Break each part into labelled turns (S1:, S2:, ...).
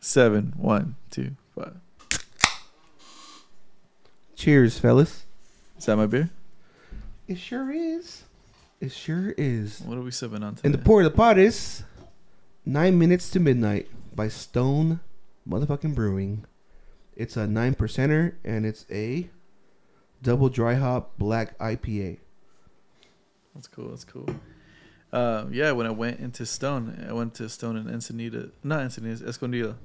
S1: seven, one, two, five.
S2: Cheers, fellas.
S1: Is that my beer?
S2: It sure is. It sure is.
S1: What are we sipping on today?
S2: And the pour of the pot is Nine Minutes to Midnight by Stone Motherfucking Brewing. It's a nine percenter and it's a double dry hop black IPA.
S1: That's cool. That's cool. Um, yeah, when I went into Stone, I went to Stone in Ensenada, not Ensenada, Escondido,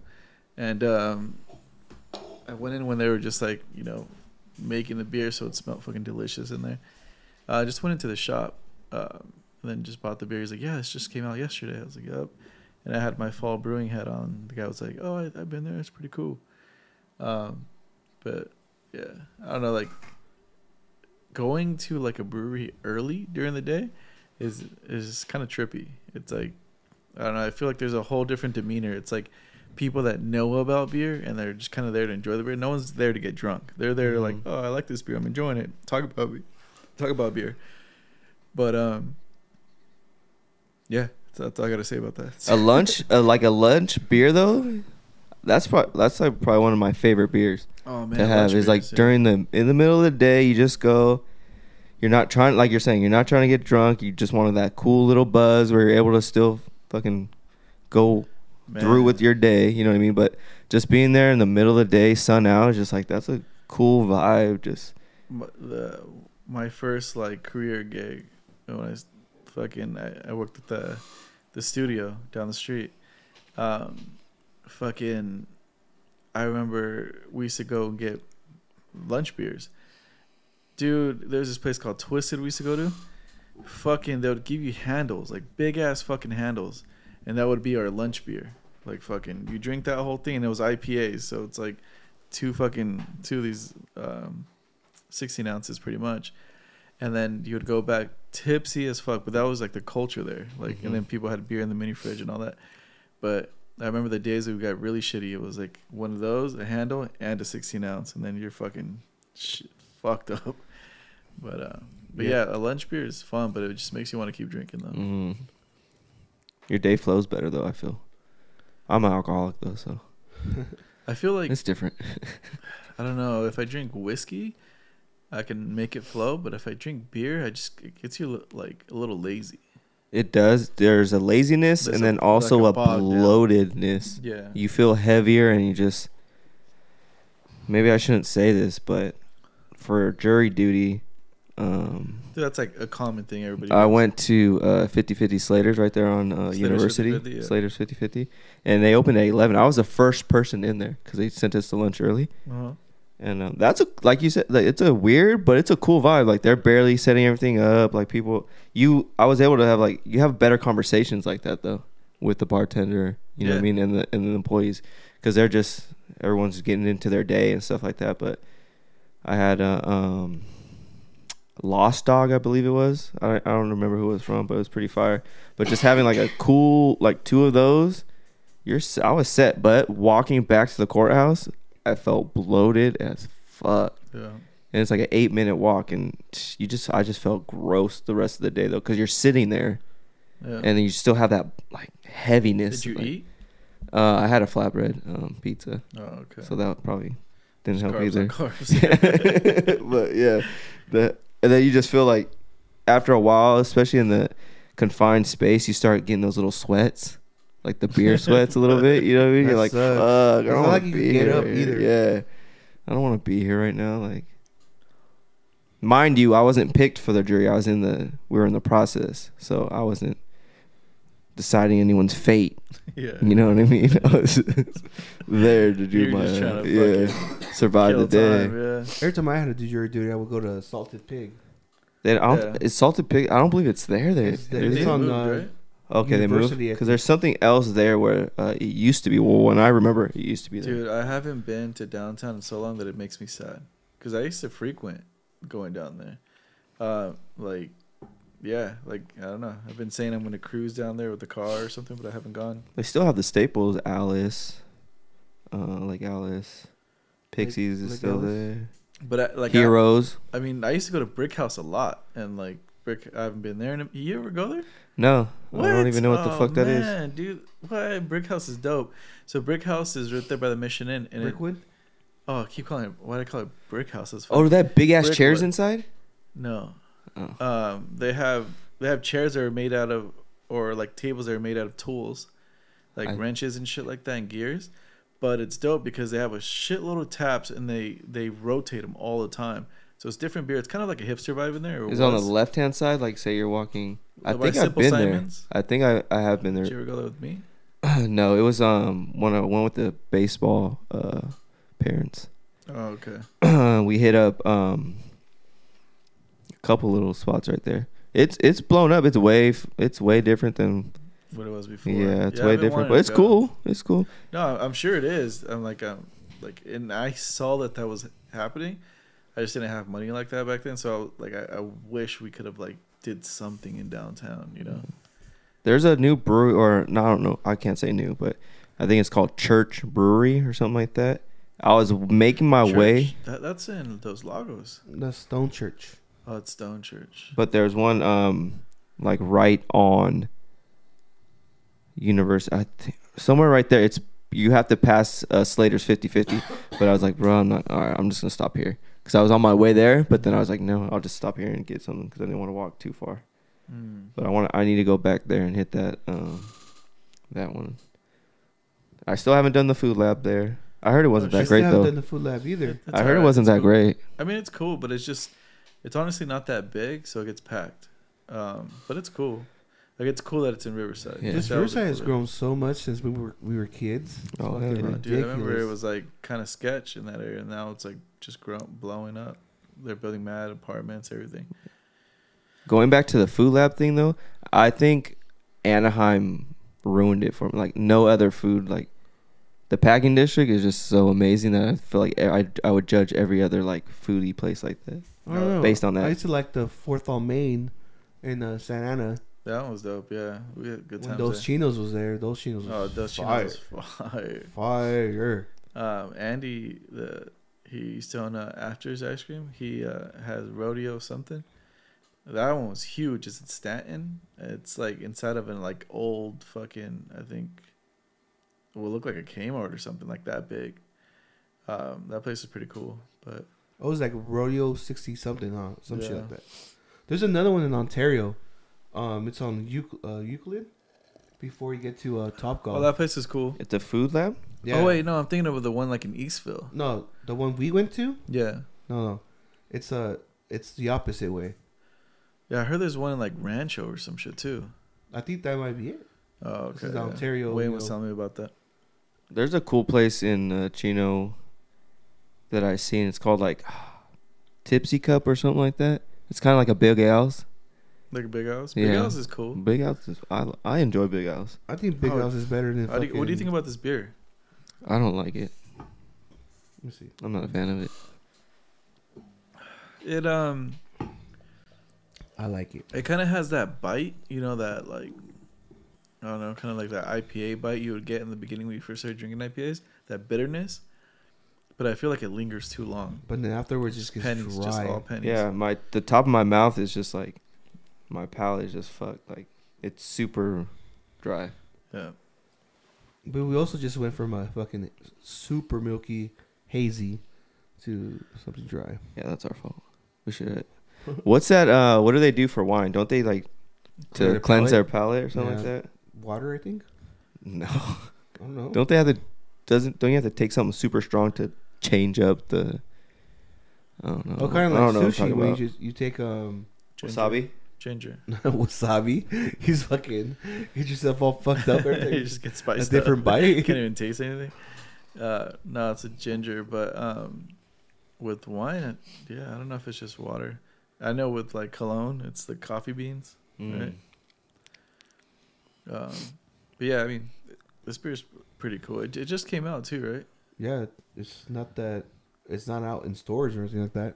S1: and um, I went in when they were just like you know making the beer, so it smelled fucking delicious in there. Uh, I just went into the shop, um, and then just bought the beer. He's like, "Yeah, this just came out yesterday." I was like, "Yep," and I had my fall brewing hat on. The guy was like, "Oh, I, I've been there. It's pretty cool." Um, but yeah, I don't know. Like going to like a brewery early during the day is is kind of trippy. It's like I don't know. I feel like there's a whole different demeanor. It's like people that know about beer and they're just kind of there to enjoy the beer. No one's there to get drunk. They're there to like,
S2: Mhm.
S1: oh, I like this beer. I'm enjoying it. Talk about be- talk about beer. But um, yeah, that's, that's all I gotta say about that.
S3: a lunch, uh, like a lunch beer though. That's probably that's like probably one of my favorite beers
S1: oh man,
S3: to have.
S1: lunch
S3: Is like
S1: beers, yeah.
S3: during the in the middle of the day, you just go. You're not trying, like you're saying, you're not trying to get drunk. You just wanted that cool little buzz where you're able to still fucking go
S1: Man.
S3: through with your day. You know what I mean? But just being there in the middle of the day, sun out, is just like that's a cool vibe. Just
S1: my, the, my first like career gig when I s- fucking I, I worked at the the studio down the street. Um, fucking, I remember we used to go and get lunch beers. Dude, there's this place called Twisted we used to go to. Fucking, they would give you handles, like big ass fucking handles, and that would be our lunch beer. Like fucking, you drink that whole thing, and it was IPAs, so it's like two fucking two of these um, 16 ounces pretty much and then you would go back tipsy as fuck but that was like the culture there like and
S3: Mm-hmm.
S1: then people had beer in the mini fridge and all that but i remember the days that we got really shitty it was like one of those a handle and a 16 ounce and then you're fucking shit, fucked up but uh but yeah.
S3: Yeah.
S1: a lunch beer is fun but it just makes you want to keep drinking though
S3: mm, your day flows better though. I feel. I'm an alcoholic though, so
S1: i feel like
S3: it's different.
S1: i don't know if i drink whiskey i can make it flow but if i drink beer i just it gets you like a little lazy
S3: It does. There's a laziness
S1: There's
S3: and
S1: a-
S3: then also
S1: like a
S3: a
S1: bog down.
S3: bloatedness.
S1: yeah
S3: You feel heavier and you just. Maybe I shouldn't say this, but for jury duty, um,
S1: Dude, that's like a common thing everybody
S3: I
S1: does.
S3: went to uh, 50/50 Slater's right there on uh,
S1: Slater's
S3: University
S1: 50/50, yeah.
S3: Slater's 50/50, and they opened at 11. I was the first person in there because they sent us to lunch early,
S1: Uh-huh.
S3: and um, that's a like you said, like, it's a weird but it's a cool vibe. Like they're barely setting everything up. Like people, you, I was able to have like you have better conversations like that though with the bartender. You know what
S1: Yeah.
S3: I mean, and the and the employees because they're just everyone's getting into their day and stuff like that. But I had a um, Lost Dog, I believe it was. I, I don't remember who it was from, but it was pretty fire. But just having like a cool like two of those, you're s- I was set. But walking back to the courthouse, I felt bloated as fuck.
S1: Yeah.
S3: And it's like an eight minute walk, and you just I just felt gross the rest of the day though, because you're sitting there
S1: yeah.
S3: and then you still have that like heaviness.
S1: Did you
S3: like-
S1: eat?
S3: Uh, I had a flatbread um, pizza,
S1: Oh, okay.
S3: so that probably didn't help
S1: carbs
S3: either.
S1: on carbs.
S3: but yeah, the, and then you just feel like after a while, especially in the confined space, you start getting those little sweats, like the beer sweats a little bit. You know what I mean?
S2: That
S3: You're like,
S2: sucks.
S3: fuck, I
S2: It's
S3: don't
S2: not
S3: want
S2: like
S3: to
S2: you
S3: be
S2: can get
S3: here.
S2: up either.
S3: Yeah, I don't want to be here right now. Like, mind you, I wasn't picked for the jury. I was in the we were in the process, so I wasn't deciding anyone's fate.
S1: yeah.
S3: You know what I mean? I was there to do
S1: You're
S3: my
S1: just trying to
S3: yeah, survive
S1: Kill
S3: the day.
S1: time, yeah.
S2: Every time I had to do jury duty, I would go to Salted Pig.
S3: They don't,
S1: Yeah.
S3: It's salted pig. I don't believe it's there. There.
S2: It's there.
S3: Is
S1: They
S3: it?
S2: on,
S1: moved,
S2: uh,
S1: right?
S3: okay, they moved
S2: University, I
S3: because
S2: think.
S3: there's something else there where uh, it used to be. Well, when I remember, it used to be there.
S1: Dude, I haven't been to downtown in so long that it makes me sad. Because I used to frequent going down there. Uh, like, yeah, like, I don't know. I've been saying I'm going to cruise down there with the car or something, but I haven't gone.
S3: They still have the staples. Alice, uh, like Alice, Pixies is
S2: Lake
S3: still
S2: Alice?
S3: there.
S1: But, I, like, I,
S3: Heroes.
S1: I mean, I used to go to Brick House a lot. And, like, Brick, I haven't been there. In a, you ever go there?
S3: No, I don't even know what the
S1: Oh,
S3: fuck that is.
S1: man, dude. What Brick House is dope. So Brick House is right there by the Mission Inn, and it,
S2: Brickwood?
S1: oh, I keep calling it. Why do I call it Brick House? That's
S3: Oh, that big ass
S1: Brick
S3: chairs
S1: wood.
S3: inside.
S1: No.
S3: Oh.
S1: Um, they have they have chairs that are made out of or like tables that are made out of tools, like
S3: I-
S1: wrenches and shit like that and gears. But it's dope because they have a shitload of taps and they they rotate them all the time. So it's different beer. It's kind of like a hipster vibe in there. or
S3: Is it on the
S1: was.
S3: left hand side. Like say you're walking. I
S1: By
S3: think I've
S1: Simple
S3: been
S1: Simons?
S3: there. I think I, I have been
S1: Did you
S3: there.
S1: ever go there with me?
S3: no, it was um one of one with the baseball uh parents.
S1: Oh, okay.
S3: we hit up um a couple little spots right there. It's it's blown up. It's way f- it's way different than
S1: What it was before.
S3: yeah. It's
S1: I've
S3: way
S1: been wanting
S3: different, but
S1: to
S3: it's
S1: go.
S3: cool. It's cool.
S1: No, I- I'm sure it is. I'm like, um, like, and I saw that that was happening. I just didn't have money like that back then, so like, I, I wish we could have like did something in downtown. You know,
S3: There's a new brewery, or no, I don't know. I can't say new, but I think it's called Church Brewery or something like that. I was making my
S1: Church.
S3: way,
S1: That, that's in Dos Lagos.
S2: The Stone Church.
S1: Oh, it's Stone Church.
S3: but there's one um like right on Universe. I think somewhere right there. It's you have to pass uh, Slater's 50-50. but I was like, bro, I'm not. All right, I'm just gonna stop here because I was on my way there. But then I was like, no, I'll just stop here and get something because I didn't want to walk too far.
S1: Mm.
S3: But I want. I need to go back there and hit that. Um, that one. I still haven't done the food lab there. I heard it wasn't
S1: Oh,
S2: I
S3: that
S1: she's
S3: great
S2: still haven't
S3: though.
S2: done the food lab either.
S1: It's
S3: I heard it
S1: alright.
S3: wasn't
S1: It's
S3: that
S1: cool.
S3: great.
S1: I mean, it's cool, but it's just, it's honestly not that big, so it gets packed. Um, but it's cool. Like, it's cool that it's in Riverside.
S3: Yeah.
S2: This
S1: That was
S2: Riverside has
S1: cool.
S2: grown so much since we were we were kids. It's
S3: Oh,
S2: fucking
S3: hell yeah.
S1: Yeah, dude, I remember it
S2: ridiculous.
S1: was like kind of sketch in that area. and Now it's like just grown, blowing up. They're building mad apartments, everything.
S3: Going back to the food lab thing though, I think Anaheim ruined it for me. Like no other food. Like the packing district is just so amazing that I feel like I I would judge every other like foodie place like that.
S2: I don't know.
S3: Uh, based on that.
S2: Oh, I used to like the Fourth on Main in uh, Santa Ana.
S1: That one was dope. Yeah, we had good
S2: When
S1: times.
S2: Dos
S1: Those
S2: Chinos was there, Dos Chinos was
S1: oh, those
S2: fire.
S1: chinos was fire.
S2: Fire.
S1: Um, Andy, the he used to own uh, After's Ice Cream. He uh, has rodeo something. That one was huge. It's in Staten. It's like inside of an like old fucking. I think it would look like a Kmart or something like that big. Um, that place is pretty cool, but.
S2: Oh, it was like Rodeo 60 something, huh? Some shit
S1: Yeah.
S2: like that. There's another one in Ontario. Um, It's on Euc- uh, Euclid before you get to uh, Top Golf.
S1: Oh, that place is cool.
S3: It's a food lab.
S2: yeah.
S1: Oh wait, no, I'm thinking of the one like in Eastville.
S2: No, the one we went to?
S1: Yeah,
S2: No, no. It's uh, it's the opposite way.
S1: yeah. I heard there's one in like Rancho or some shit too.
S2: I think that might be it.
S1: Oh, okay.
S2: This is
S1: yeah.
S2: Ontario, you
S1: Wayne was
S2: know.
S1: telling me about that.
S3: There's a cool place in uh, Chino that I seen. It's called like Tipsy Cup or something like that. It's kind of like a Big Al's.
S1: Like a Big House. Big
S3: Yeah.
S1: House is cool.
S3: Big Al's is I I enjoy Big Al's.
S2: I think Big
S1: Oh.
S2: House is better than.
S1: How do you- what do you think
S2: fucking-
S1: about this beer?
S3: I don't like it.
S2: Let me see.
S3: I'm not a fan of it.
S1: It um,
S2: I like it.
S1: it kind of has that bite, you know, that like, I don't know, kind of like that IPA bite you would get in the beginning when you first started drinking IPAs. That bitterness, but I feel like it lingers too long.
S2: But then afterwards, it just
S1: Just
S2: gets
S1: pennies,
S2: dry.
S1: just all pennies.
S3: Yeah, my the top of my mouth is just like my palate is just fucked. Like it's super dry.
S1: yeah.
S2: But we also just went from a fucking super milky, hazy, to something dry.
S3: Yeah, that's our fault. We should. What's that? Uh, what do they do for wine? Don't they like to
S2: Clear the
S3: cleanse
S2: palate?
S3: their palate or something
S2: Yeah.
S3: like that?
S2: Water, I think.
S3: No.
S2: I don't know.
S3: Don't they have to? Doesn't don't you have to take something super strong to change up the? I don't know.
S2: oh, kind of
S3: I don't
S2: like
S3: know what I'm
S2: sushi
S3: talking
S2: when you
S3: about.
S2: just you take um
S1: Ginger.
S3: wasabi.
S1: Ginger.
S2: wasabi. He's fucking get yourself all fucked up. every time.
S1: you just get spiced
S2: a different
S1: up.
S2: bite.
S1: You can't even taste anything. Uh, no, it's a ginger, but um, with wine, it- yeah, I don't know if it's just water. I know with like cologne, it's the coffee beans.
S3: Mm.
S1: Right. Um, but yeah, I mean, this beer's pretty cool. It, it just came out too, right?
S2: yeah, it's not that. It's not out in stores or anything like that.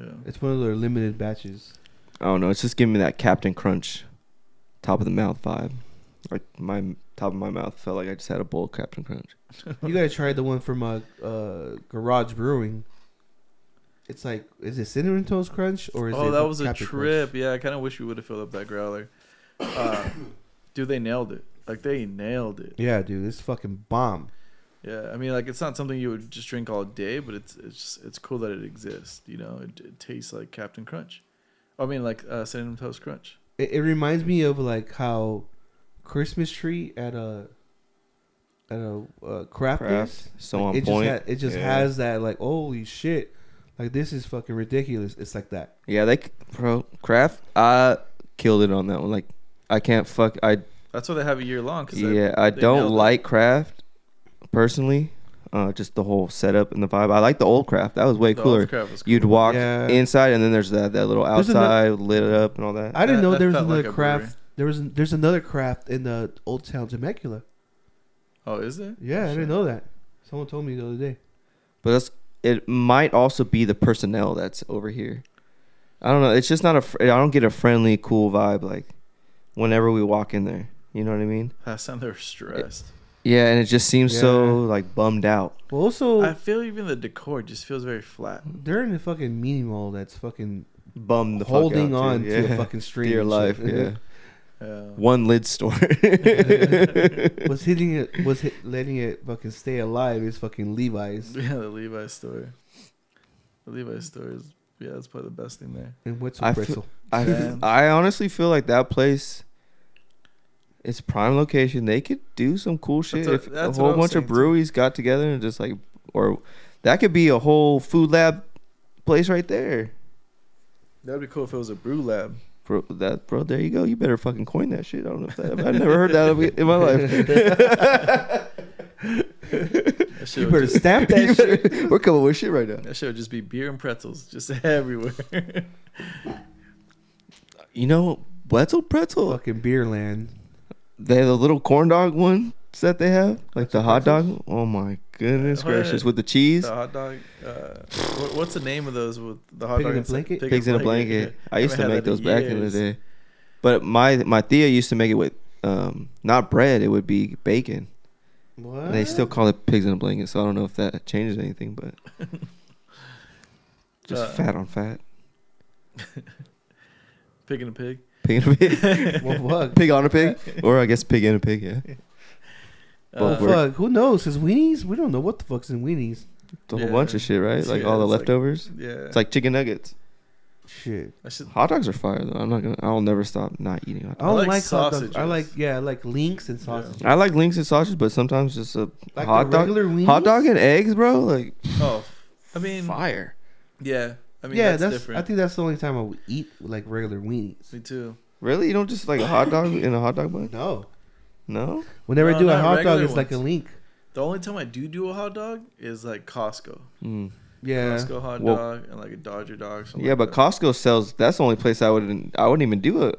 S1: Yeah.
S2: It's one of their limited batches.
S3: I don't know. It's just giving me that Captain Crunch, top of the mouth vibe. Like my top of my mouth felt like I just had a bowl of Captain Crunch.
S2: You gotta try the one from uh, uh Garage Brewing. It's like, is it cinnamon toast crunch or is it?
S1: oh, that was a
S2: Capri Crunch?
S1: trip. Yeah, I kind of wish we would have filled up that growler. Uh, dude, they nailed it. Like they nailed it.
S2: Yeah, dude, it's fucking bomb.
S1: Yeah, I mean, like it's not something you would just drink all day, but it's it's just, it's cool that it exists. You know, it, it tastes like Captain Crunch. I mean, like uh, cinnamon toast crunch.
S2: It, it reminds me of like how Christmas tree at a at a uh, craft,
S3: Craft,
S2: is.
S3: so
S2: Like,
S3: on
S2: it
S3: point.
S2: Just ha- it just
S3: Yeah.
S2: has that like holy shit, like this is fucking ridiculous. It's like that.
S3: Yeah, they c- bro Kraft. I killed it on that one. Like I can't fuck. I
S1: That's why they have a year long. Cause they-
S3: yeah. I
S1: they
S3: don't
S1: nailed it.
S3: like Kraft personally. Uh, just the whole setup and the vibe. I like the old Kraft. That was way
S1: The
S3: cooler.
S1: Olive Crab was cool.
S3: You'd walk
S2: Yeah.
S3: inside, and then there's that that little
S2: There's ano-
S3: outside lit up and all that.
S2: I didn't
S1: That-
S2: know
S1: that
S2: there was
S1: felt like
S2: another
S1: a
S2: craft. There was there's another craft in the old town Temecula.
S1: Oh, is there?
S2: Yeah, I didn't know that. Someone told me the other day.
S3: But that's, it might also be the personnel that's over here. I don't know. It's just not a. fr- I don't get a friendly, cool vibe like whenever we walk in there. You know what I mean?
S1: Last time they were stressed.
S3: Yeah, and it just seems so
S2: Yeah.
S3: like bummed out.
S2: Well,
S3: Oh.
S2: also
S1: I feel even the decor just feels very flat.
S2: they're in a fucking mini mall that's fucking
S3: Bummed the fuck
S2: holding
S3: out,
S2: on
S3: too.
S2: to
S3: Yeah.
S2: a fucking
S3: To
S2: stream.
S3: your
S2: and
S3: life.
S2: shit.
S3: Yeah,
S1: Uh,
S3: one lid store.
S2: was hitting it was hit, letting it fucking stay alive is fucking Levi's.
S1: yeah, the Levi's store. The Levi's store is yeah, that's probably the best thing there.
S2: And what's
S3: I
S2: with
S3: feel-
S2: pretzel?
S3: I
S1: Damn.
S3: I honestly feel like that place. It's prime location. They could do some cool shit
S1: That's what-
S3: if a
S1: that's what I
S3: whole
S1: was
S3: bunch
S1: saying,
S3: of
S1: too.
S3: breweries got together and just like, or that could be a whole food lab place right there,
S1: That'd be cool if it was a brew lab.
S3: bro. That bro, there you go. You better fucking coin that shit. I don't know if that, I've never heard that in my life.
S1: That shit
S2: you
S1: would
S2: better
S1: just-
S2: stamp that
S3: You
S2: shit.
S3: better- We're coming with shit right now.
S1: that shit would just be beer and pretzels just everywhere.
S3: You know, Wetzel Pretzel.
S2: Fucking beer land.
S3: They have the little corn dog ones that they have, like the
S2: Wetzel
S3: hot dog. Oh my goodness
S1: What?
S3: gracious, with the cheese.
S1: the hot dog. Uh, what, what's the name of those with the hot
S2: Pig in
S1: dog
S2: a
S1: inside-
S2: blanket?
S1: pig
S3: pigs in a blanket.
S1: yeah.
S3: I used to
S1: Haven't had
S3: make
S1: that
S3: those back in the
S1: years.
S3: day, but my my Thea used to make it with um, not bread. It would be bacon.
S2: What?
S3: And They still call it pigs in a blanket, so I don't know if that changes anything, but just
S1: Uh,
S3: fat on fat,
S1: Pig in a pig.
S3: pig in a pig,
S2: well, fuck.
S3: pig on a pig, or I guess pig in a pig. Yeah,
S2: Well,
S1: Uh,
S3: Both work.
S2: fuck. Who knows? Cause weenies, we don't know what the fuck's in weenies.
S3: It's a whole
S1: Yeah.
S3: bunch of shit, right? Like
S1: Yeah,
S3: all the
S1: it's like-
S3: leftovers.
S1: Yeah,
S3: it's like chicken nuggets.
S2: Shit.
S1: I should.
S3: Hot dogs are fire though. I'm not gonna. I'll never stop not eating hot
S2: I
S3: dogs.
S1: I
S2: don't
S1: like
S2: like, hot dogs. I
S1: sausages.
S2: like yeah, I like links and sausages.
S3: I like links and sausage, but sometimes just a
S2: Oh. Like
S3: hot
S2: the
S3: dog,
S2: regular weenies.
S3: hot dog and eggs, bro. Like
S1: Oh, f- I mean,
S3: fire.
S1: yeah. I mean,
S2: yeah,
S1: that's,
S2: that's.
S1: different.
S2: I think that's the only time I would eat like regular weenies.
S1: Me too.
S3: Really? You don't just like a hot dog in a hot dog bun?
S2: No.
S3: No?
S2: Whenever
S1: No,
S2: I do a
S1: not
S2: hot dog,
S1: regular
S2: it's like a
S1: ones.
S2: link.
S1: The only time I do do a hot dog is like Costco.
S3: Mm.
S2: Yeah.
S1: Costco hot
S3: Well-
S1: dog and like a Dodger dog. something
S3: Yeah,
S1: like
S3: but
S1: that.
S3: Costco sells. That's the only place I wouldn't. I wouldn't even do a,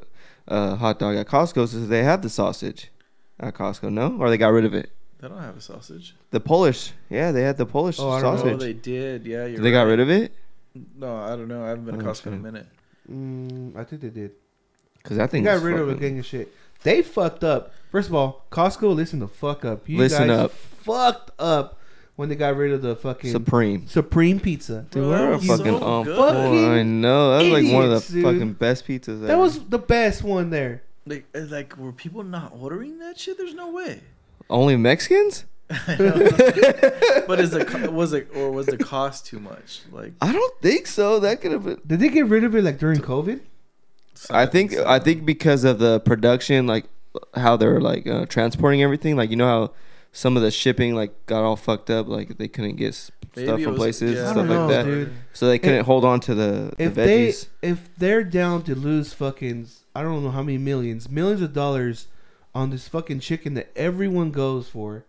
S3: a hot dog at Costco since they have the sausage at Costco. No, or they got rid of it.
S1: they don't have a sausage.
S3: The Polish. Yeah, they had the Polish
S2: Oh, I don't know.
S3: sausage.
S1: Oh, they did. Yeah,
S3: they
S1: you're
S3: got rid of it
S1: No, I don't know. I haven't been to
S3: Oh,
S1: Costco in a
S3: shit.
S1: minute.
S2: Mm, I think they did.
S3: because I
S2: They
S3: think
S2: got rid of a gang of shit. They fucked up. First of all, Costco, listen the fuck up. You
S3: Listen
S2: guys
S3: up.
S2: fucked up when they got rid of the fucking
S3: Supreme.
S2: Supreme Pizza.
S3: Dude,
S1: Bro,
S3: we're
S1: that
S3: a
S1: was
S3: fucking
S1: so
S3: um.
S1: good.
S3: Fucking I
S2: Fucking
S3: know that was like one of
S2: idiots,
S3: the
S2: dude.
S3: fucking best pizzas.
S2: That was the best one there.
S1: Like, uh, like, were people not ordering that shit? There's no way.
S3: only Mexicans.
S1: I know. but is the co- was it or was the cost too much? Like,
S3: I don't think so. That could have been.
S2: Did they get rid of it like during COVID?
S3: I think I think because of the production, like how they're like uh, transporting everything, like you know how some of the shipping like got all fucked up, like they couldn't get s-
S1: Maybe
S3: stuff
S1: it
S3: from
S1: was-
S3: places
S1: yeah,
S3: and
S2: I don't
S3: stuff like
S2: know,
S3: that,
S2: dude.
S3: so they couldn't hold on to the, the
S2: If they
S3: veggies.
S2: if they're down to lose fucking I don't know how many millions, millions of dollars on this fucking chicken that everyone goes for,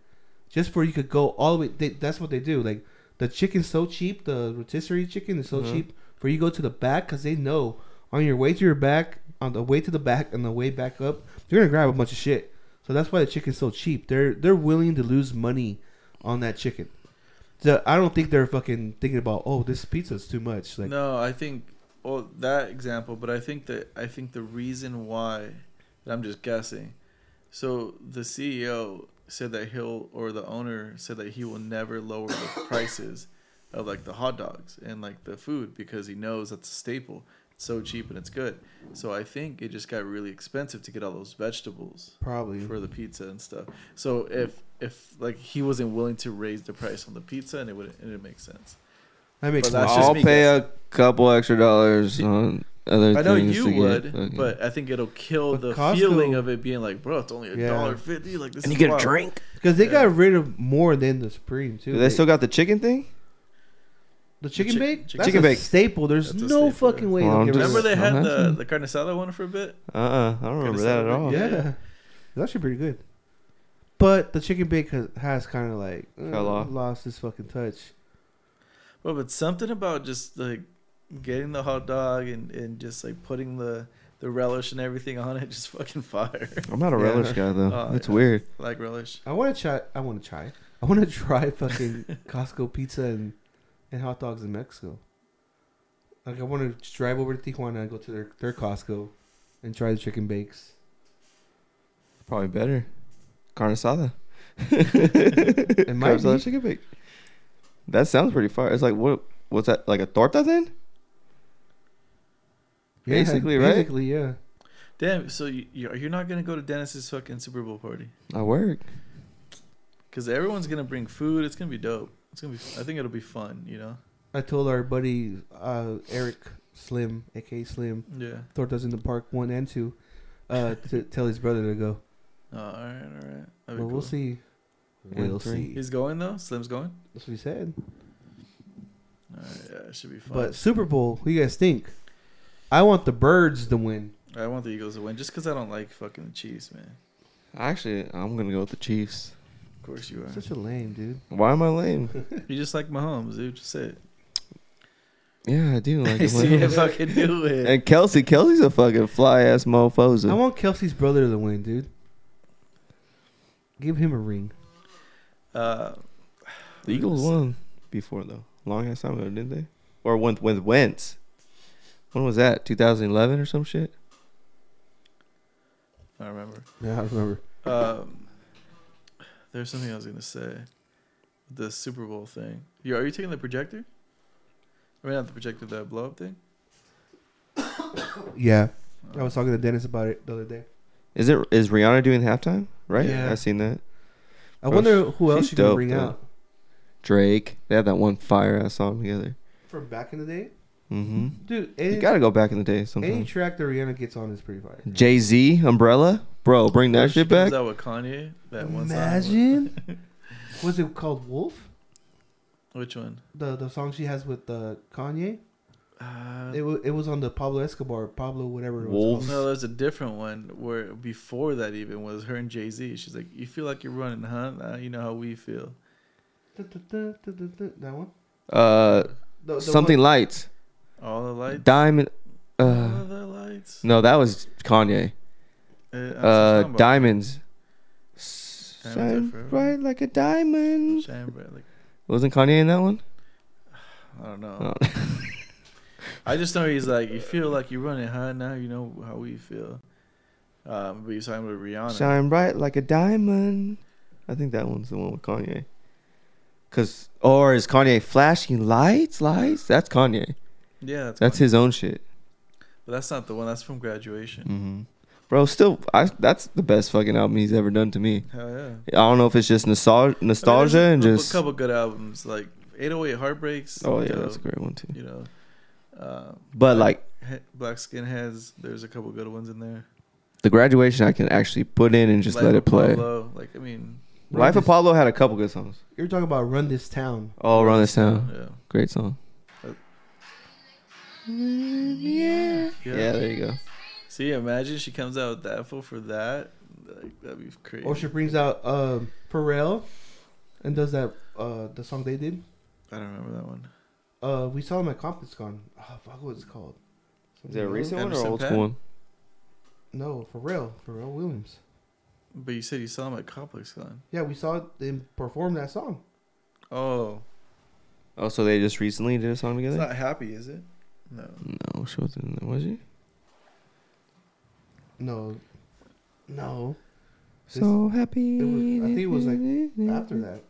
S2: just for you could go all the way. They, that's what they do. Like the chicken's so cheap, the rotisserie chicken is so
S3: Mhm.
S2: cheap for you go to the back because they know on your way to your back, on the way to the back, and the way back up, you're gonna grab a bunch of shit. So that's why the chicken's so cheap. They're they're willing to lose money on that chicken. So I don't think they're fucking thinking about oh this pizza's too much. Like
S1: no, I think well that example, but I think that I think the reason why, and I'm just guessing. So the E CEO said that he'll or the owner said that he will never lower the prices of like the hot dogs and like the food because he knows that's a staple. It's so cheap and it's good. So I think it just got really expensive to get all those vegetables
S2: Probably.
S1: for the pizza and stuff. So if if like he wasn't willing to raise the price on the pizza and it would it didn't make sense.
S2: that makes
S1: but that's
S2: sense.
S1: just
S3: I'll
S1: me
S3: pay
S1: guessing.
S3: a couple extra dollars on other
S1: I
S3: things.
S1: know you
S3: to get
S1: would,
S3: fucking-
S1: but I think it'll kill
S2: But
S1: the
S2: Costco-
S1: feeling of it being like, bro, it's only a
S2: Yeah.
S1: dollar fifty. Like this,
S4: and you
S1: is
S4: get a
S1: wild."
S4: drink.
S2: because they
S1: yeah.
S2: got rid of more than the Supreme too.
S3: Do they still got the chicken thing.
S2: the chicken
S1: Chi-
S2: bake.
S1: chicken
S2: That's
S3: Chicken
S2: a
S3: bake.
S2: staple. There's
S1: That's a
S2: no
S1: staple,
S2: fucking
S1: yeah.
S2: way. they'll
S3: Well, I'm
S2: get rid
S3: just-
S2: of
S1: Remember
S2: that.
S1: they had the
S3: Imagine.
S1: the carne asada one for a bit.
S3: Uh uh I don't remember that at all.
S1: yeah.
S2: Oh, Yeah. It's actually pretty good. But the chicken bake has, has kind of like uh,
S3: Fell off.
S2: lost its fucking touch.
S1: Well, but something about just like getting the hot dog and, and just like putting the the relish and everything on it, just fucking fire.
S3: I'm not a
S2: Yeah.
S3: relish guy though.
S1: Oh,
S3: That's
S1: yeah.
S3: weird.
S1: I like relish.
S2: I want to try. I want to try. I want to try fucking Costco pizza and, and hot dogs in Mexico. Like I want to drive over to Tijuana and go to their their Costco, and try the chicken bakes.
S3: Probably better. Carne asada.
S2: It might
S3: Carne asada
S2: be.
S3: chicken bake. That sounds pretty far. It's like what? What's that? Like a torta then?
S2: Yeah,
S3: Basically, right?
S2: Basically, yeah.
S1: Damn. So you you- you're not gonna go to Dennis's fucking Super Bowl party
S3: I work.
S1: because everyone's gonna bring food. It's gonna be dope. It's gonna be. I think it'll be fun. You know.
S2: I told our buddy uh, Eric Slim, aka Slim,
S1: Yeah.
S2: Tortas in the Park one and two, uh, to tell his brother to go.
S1: Oh, all right. All right. That'd be
S2: But
S1: cool.
S2: we'll see.
S3: And
S2: We'll
S3: three.
S2: see.
S1: He's going though. Slim's going.
S2: That's what he said.
S1: All right. Yeah, it should be fun.
S2: But Super Bowl, what do you guys think? I want the birds to win.
S1: I want the Eagles to win just because I don't like fucking the Chiefs, man.
S3: Actually, I'm gonna go with the Chiefs.
S1: Of course you are.
S2: Such a lame dude.
S3: Why am I lame?
S1: You just like Mahomes, dude. Just say it.
S3: yeah, I do like
S1: I see you
S3: Mahomes.
S1: fucking do it.
S3: And Kelsey, Kelsey's a fucking fly ass
S2: I
S3: mofo.
S2: want Kelsey's brother to win, dude. Give him a ring.
S1: Uh,
S3: The Eagles won before though, long ass time ago, didn't they? Or went with Wentz. When was that? 2011 or some shit.
S1: I remember.
S2: Yeah, I remember.
S1: Um, there's something I was gonna say. The Super Bowl thing. You are you taking the projector? I mean, not the projector, the blow up thing.
S2: Yeah. I was talking to Dennis about it the other day.
S3: Is it? Is Rihanna doing halftime? Right.
S2: Yeah.
S3: I seen that.
S2: I
S3: Bro,
S2: wonder who else
S3: she's
S2: you can
S3: dope,
S2: bring
S3: though.
S2: out.
S3: Drake. They had that one fire ass song together.
S2: From back in the day?
S3: hmm
S2: Dude,
S3: You
S2: any,
S3: gotta Mm-hmm. go back in the day
S2: any
S3: sometimes.
S2: track that Rihanna gets on is pretty fire.
S3: Jay Z, Umbrella, bro, bring that
S1: If she
S3: shit back.
S1: Comes out with Kanye. That one song.
S2: Imagine. Was it called Wolf?
S1: Which one?
S2: The the song she has with uh, Kanye?
S1: Uh,
S2: It, wa it was on the Pablo Escobar, Pablo whatever it was
S3: Wolf.
S2: called.
S1: No, there's a different one where before that even was her and Jay Z. She's like, "You feel like you're running, huh? Nah, you know how we feel."
S2: Da-da-da-da-da-da. That one?
S3: Uh,
S2: The- the
S3: something lights,
S1: All the lights.
S3: diamond.
S1: All
S3: Uh,
S1: the lights.
S3: no, that was Kanye.
S1: Uh, I'm
S3: Uh,
S1: talking about
S3: diamonds.
S1: Diamonds are
S3: Shine
S1: forever.
S3: bright like a diamond.
S1: Shine bright like-
S3: Wasn't Kanye in that one?
S1: I don't know.
S3: Oh.
S1: I just know he's like, you feel like you're running, huh? Now you know how we feel. Um, but you're talking about Rihanna.
S3: Shine bright like a diamond. I think that one's the one with Kanye. Cause or is Kanye flashing lights? Lights? That's Kanye.
S1: Yeah, that's,
S3: That's
S1: one.
S3: his own shit.
S1: But that's not the one. That's from graduation.
S3: Mm-hmm. Bro, still, I, that's the best fucking album he's ever done to me.
S1: Hell yeah.
S3: I don't know if it's just nostalgia, nostalgia
S1: I mean,
S3: and
S1: there's a-
S3: just.
S1: a couple good albums like 808 Heartbreaks.
S3: oh yeah,
S1: you know,
S3: that's a great one too.
S1: You know, um,
S3: But like
S1: he- Black Skinheads. There's a couple good ones in there.
S3: the graduation, I can actually put in and just
S1: Life
S3: let
S1: of
S3: it play.
S1: Pablo, Like I mean,
S2: Run
S3: Life
S2: This-
S3: Apollo had a couple good songs.
S2: You're talking about Run This Town.
S3: Oh, Run This Town,
S1: yeah.
S3: great song.
S1: Uh,
S3: Yeah.
S1: Yeah.
S3: Yeah, there you go.
S1: See, imagine she comes out with that fool for that. Like that'd be crazy.
S2: Or she brings out um, Pharrell and does that uh, the song they did.
S1: I don't remember that one.
S2: Uh, we saw him at CompusCon. Oh, fuck, what's it called?
S3: Is that a recent one or
S1: Anderson
S3: old
S1: Paak?
S3: school one?
S2: No, Pharrell. Pharrell Williams.
S1: But you said you saw him at ComplexCon.
S2: Yeah, we saw him perform that song.
S1: Oh,
S3: Oh, so they just recently did a song
S1: it's
S3: together?
S1: not happy, is it? No.
S3: no, she wasn't. in there, Was she?
S2: No, no. This-
S3: So happy.
S2: it was- I think it was, like, After that,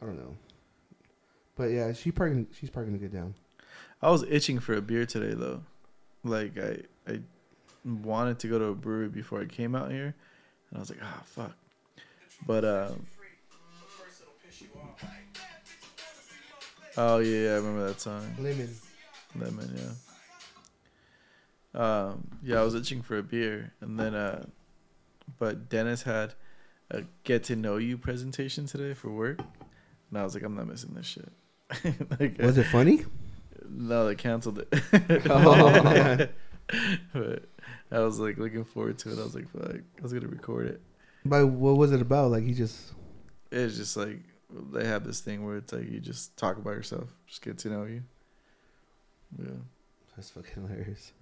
S2: I don't know. But yeah, she probably she's probably gonna get down.
S1: I was itching for a beer today though. Like I I wanted to go to a brewery before I came out here, and I was like, ah, fuck. But um. Oh yeah, yeah, I remember that song.
S2: Lemon.
S1: Lemon, yeah. Um, yeah, I was itching for a beer, and then, uh, but Dennis had a get to know you presentation today for work, and I was like, I'm not missing this shit. like,
S2: Was it funny?
S1: No, they canceled it.
S2: Oh, man.
S1: but I was like looking forward to it. I was like, fuck, I was gonna record it.
S2: But what was it about? Like he just
S1: It's just like they have this thing where it's like you just talk about yourself, just get to know you. Yeah,
S2: that's fucking hilarious.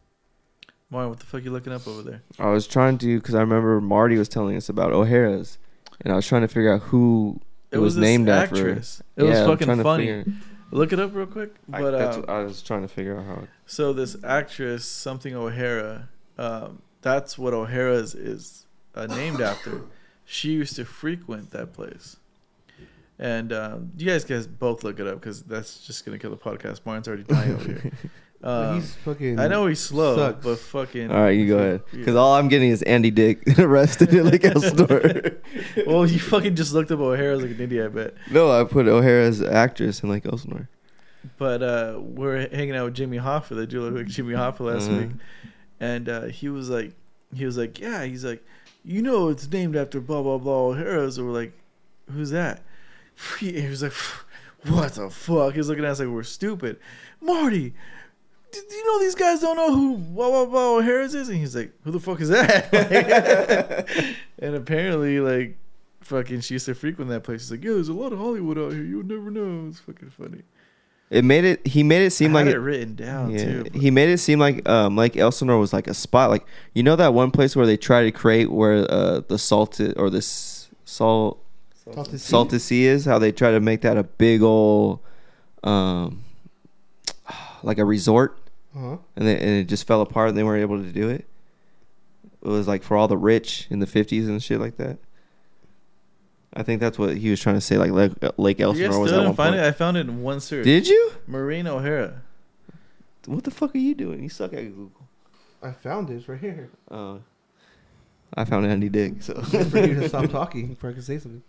S1: Mario, what the fuck you looking up over there?
S3: I was trying to because I remember Marty was telling us about O'Hara's, and I was trying to figure out who it was,
S1: this
S3: named
S1: actress.
S3: after.
S1: It
S3: Yeah, I'm
S1: was
S3: trying
S1: fucking
S3: to
S1: funny.
S3: figure-
S1: Look it up real quick.
S3: I,
S1: But
S3: that's
S1: um,
S3: what I was trying to figure out how.
S1: so this actress, something O'Hara, um, that's what O'Hara's is uh, named after. She used to frequent that place. And um, you guys guys both look it up because that's just gonna kill the podcast. Martin's already dying over here. Um,
S2: he's fucking.
S1: I know he's slow,
S2: sucks.
S1: but fucking.
S3: All right, you go ahead.
S1: Yeah.
S3: Because all I'm getting is Andy Dick arrested in Lake Elsinore.
S1: well, you fucking just looked up O'Hara's like an idiot, I bet.
S3: no, I put O'Hara's actress in Lake Elsinore.
S1: But uh, we're hanging out with Jimmy Hoffa. They do look like Jimmy Hoffa last
S3: Uh-huh.
S1: week, and uh, he was like, he was like, yeah, he's like, you know, it's named after blah blah blah O'Hara's. And we're like, who's that? He was like, what the fuck? He's looking at us like we're stupid. Marty, do do you know these guys don't know who blah blah blah O'Hara's is? And he's like, who the fuck is that? and apparently, like, fucking, she used to frequent that place. He's like, yeah, there's a lot of Hollywood out here. You would never know. It's fucking funny.
S3: It made it. He made it seem
S1: I
S3: like
S1: had
S3: it-
S1: it written down
S3: Yeah,
S1: too. but-
S3: he made it seem like um, Lake Elsinore was like a spot, like you know that one place where they try to create where uh, the salted or this salt
S2: Salted sea.
S3: salted sea is, how they try to make that a big old, um, like a resort,
S2: Uh-huh.
S3: and, they, and it just fell apart and they weren't able to do it. It was like for all the rich in the fifties and shit like that. I think that's what he was trying to say. Like Lake, Lake
S1: you guys
S3: Elsinore
S1: still
S3: was at
S1: didn't
S3: one
S1: find
S3: point.
S1: it. I found it in one search.
S3: Did you?
S1: Maureen O'Hara.
S3: What the fuck are you doing? You suck at Google.
S2: I found this right here.
S3: Uh, I found Andy Dick. So
S2: for you to stop talking before I can say something.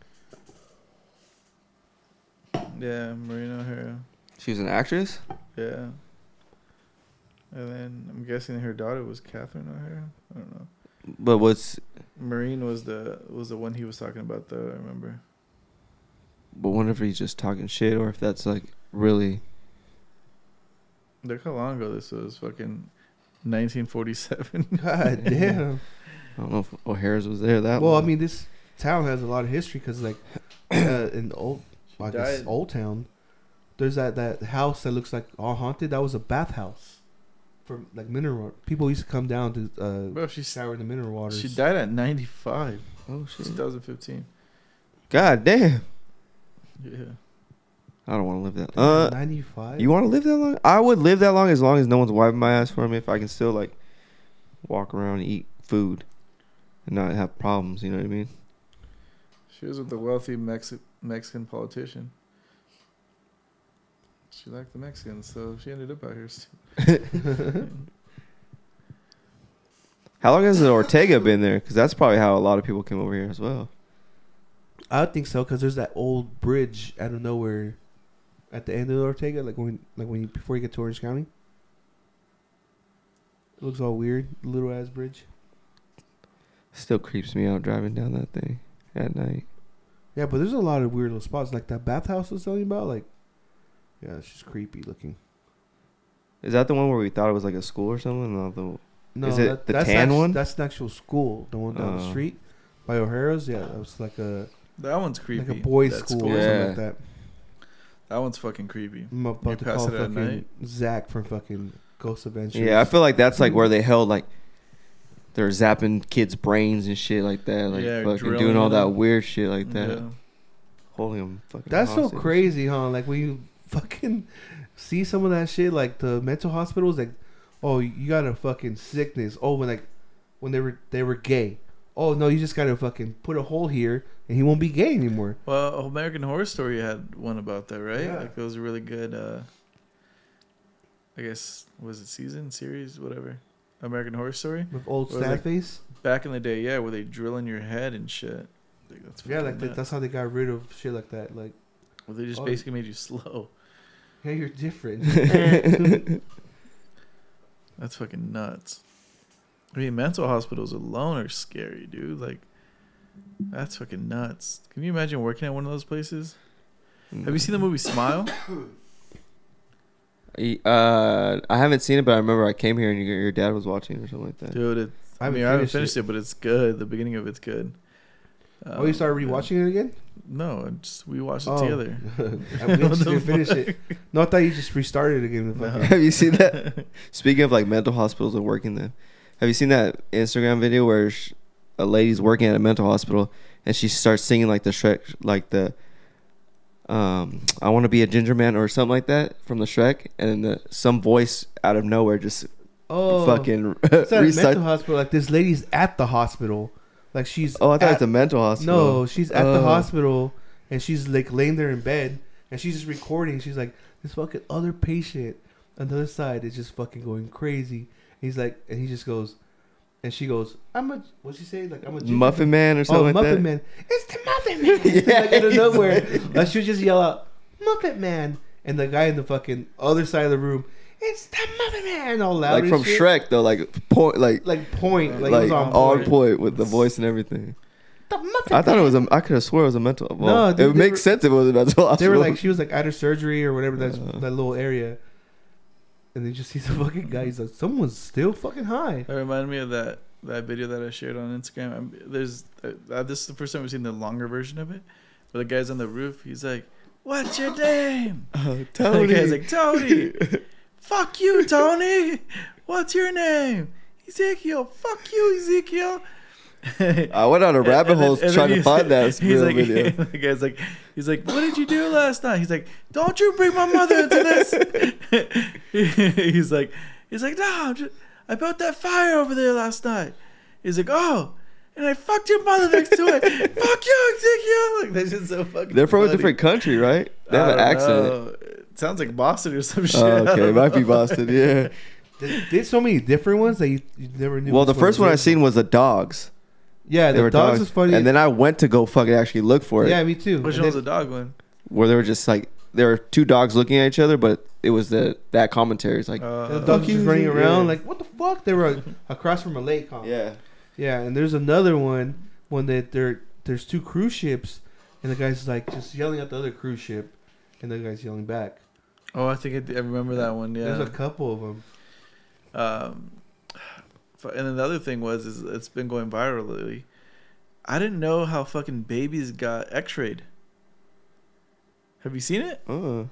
S1: Yeah, Maureen O'Hara.
S3: she was an actress.
S1: Yeah. And then I'm guessing her daughter was Catherine O'Hara. I don't know.
S3: But what's
S1: Maureen was the was the one he was talking about though. I remember.
S3: but wonder if he's just talking shit or if that's like really.
S1: Look how long ago this was. Fucking 1947.
S2: God damn.
S3: I don't know if O'Hara's was there that.
S2: Well, I
S3: long.
S2: mean, this town has a lot of history because, like, uh, in the old, I guess,
S1: died.
S2: old town, there's that that house that looks like all haunted. That was a bathhouse for like mineral. People used to come down to uh,
S1: Bro, she
S2: shower in the mineral waters.
S1: she died at 95.
S3: oh shit!
S1: 2015.
S3: God damn!
S1: Yeah.
S3: I don't want to live that. Uh,
S2: ninety five.
S3: you want to live that long? I would live that long as long as no one's wiping my ass for me. If I can still like walk around and eat food and not have problems, you know what I mean?
S1: She was with the wealthy Mex- Mexican politician. She liked the Mexicans, so she ended up out here.
S3: How long has the Ortega been there? Because that's probably how a lot of people came over here as well.
S2: I would think so because there's that old bridge out of nowhere at the end of Ortega, like when like when you, before you get to Orange County. It looks all weird, little ass bridge.
S3: Still creeps me out driving down that thing at night.
S2: Yeah, but there's a lot of weird little spots like that bathhouse I was telling you about. Like, yeah, it's just creepy looking.
S3: Is that the one where we thought it was like a school or something? No, the-
S2: No,
S3: Is it
S2: that-
S3: the
S2: that's
S3: tan
S2: actu-
S3: one?
S2: That's an actual school, the one down the
S3: Oh.
S2: street by O'Hara's. Yeah, that was like a
S1: That one's creepy.
S2: like a boys'
S1: That
S2: school,
S3: school.
S2: or something
S3: Yeah.
S2: like that.
S1: That one's fucking creepy.
S2: I'm about
S1: You
S2: to
S1: pass
S2: call
S1: it at
S2: fucking
S1: night?
S2: Zach from fucking Ghost Adventures.
S3: yeah, I feel like that's like where they held like they're zapping kids' brains and shit like that, like
S1: Yeah,
S3: fucking
S1: drilling
S3: doing all that
S1: them.
S3: weird shit like that.
S1: Yeah.
S3: Holding them fucking.
S2: That's so
S3: hostage.
S2: crazy, huh? Like when you fucking see some of that shit, like the mental hospitals, like, oh, you got a fucking sickness. Oh, when like when they were they were gay. oh no, you just gotta fucking put a hole here, and he won't be gay anymore.
S1: Well, American Horror Story had one about that, right?
S2: Yeah.
S1: Like it was a really good. Uh, I guess was it season, series, whatever. American Horror Story.
S2: With old
S1: Or,
S2: sad
S1: like,
S2: face.
S1: Back in the day, yeah, where they drill in your head and shit. Like, that's
S2: Yeah, like
S1: fucking
S2: that,
S1: nuts.
S2: that's how they got rid of shit like that. Like,
S1: Well, they just
S2: oh.
S1: basically made you slow.
S2: yeah, you're different.
S1: That's fucking nuts. I mean, mental hospitals alone are scary, dude. Like, that's fucking nuts. Can you imagine working at one of those places? Have you seen the movie Smile?
S3: Y- Uh, I haven't seen it, but I remember I came here and your, your dad was watching or something like that.
S1: Dude, it,
S2: I
S1: I,
S2: haven't
S1: mean, I haven't
S2: finished
S1: finished it. but it's good. The beginning of it's good.
S2: oh, you started rewatching it again?
S1: No, I just we watched um, it
S2: Oh.
S1: together.
S2: I'm
S1: What
S2: interested
S1: the
S2: to finish
S1: fuck?
S2: it. No, I thought you just restarted again. The fucking-
S3: Have you seen that? Speaking of like mental hospitals and working them, have you seen that Instagram video where sh- a lady's working at a mental hospital and she starts singing like the Shrek, like the um, I want to be a ginger man or something like that from the Shrek, and the, some voice out of nowhere just
S2: Oh,
S3: fucking
S2: It's not a mental
S3: recites.
S2: hospital. Like this lady's at the hospital. Like she's.
S3: Oh, I thought
S2: at,
S3: it's a mental hospital.
S2: No, she's at the
S3: Oh.
S2: hospital and she's like laying there in bed and she's just recording. She's like, this fucking other patient on the other side is just fucking going crazy. He's like, and he just goes, and she goes, I'm a. What'd she say? Like I'm a ginger
S3: Muffin Man or
S2: Oh,
S3: something like
S2: Muppet
S3: that.
S2: Man. It's the Muffet Man.
S3: Yeah,
S2: like out of
S3: he's
S2: nowhere. Like, she would just yell out, Muppet Man. And the guy in the fucking other side of the room, it's the Muppet Man. All loud.
S3: Like
S2: and
S3: from
S2: shit.
S3: Shrek though, like point, like
S2: Like point. Like,
S3: like,
S2: it was on,
S3: on
S2: point.
S3: point with the voice and everything.
S2: The Muppet
S3: I thought it was a. I could have swore it was a mental. Well,
S2: No, they- they
S3: it makes
S2: were-
S3: sense if it was a mental hospital.
S2: They were like, she was like at her surgery or whatever that's,
S3: Uh.
S2: that little area. And then just sees the fucking guy. He's like, someone's still fucking high.
S1: That reminded me of that that video that I shared on Instagram. I'm, there's uh, this is the first time I've seen the longer version of it, where the guy's on the roof. He's like, "What's your name?"
S3: oh,
S1: The guy's
S3: Tony.
S1: like, "Tony." Fuck you, Tony. What's your name? Ezekiel. Fuck you, Ezekiel.
S3: I went on a rabbit hole trying to find that
S1: he's
S3: real
S1: like,
S3: video.
S1: The guy's like, he's like, what did you do last night? He's like, don't you bring my mother into this. he's like, he's like, no, I'm just, I built that fire over there last night. He's like, oh, and I fucked your mother next to it. Fuck you, Ezekiel. Like that's just so fucking.
S3: They're from a
S1: funny.
S3: different country, right? They have
S1: I
S3: an
S1: don't
S3: accent.
S1: know. It sounds like Boston or some shit.
S3: Oh,
S1: I
S3: okay,
S1: don't
S3: it might be
S1: know.
S3: Boston. Yeah.
S2: They did so many different ones that you, you never knew.
S3: well,
S2: which
S3: the first one I
S2: was
S3: seen was the dogs.
S2: which. Yeah,
S3: They
S2: the
S3: were
S2: dogs, is funny.
S3: And then I went to go fucking actually look for it.
S2: yeah, me too.
S1: Which
S2: And
S1: one was the
S2: then-
S1: dog one?
S3: Where they were just like there were two dogs looking at each other, but it was the that commentary. It's like
S1: Uh,
S2: the dogs
S3: Fuck
S2: just
S3: you,
S2: running
S3: yeah.
S2: around like, what the fuck? They were across from a lake. Huh?
S3: yeah.
S2: Yeah, and there's another one when that there there's two cruise ships, and the guy's like just yelling at the other cruise ship, and the guy's yelling back.
S1: Oh, I think I, did- I remember that one.
S2: There's a
S1: Yeah.
S2: couple of them.
S1: Um, f- and then the other thing was is it's been going viral lately. I didn't know how fucking babies got X-rayed. Have you seen it?
S3: Uh,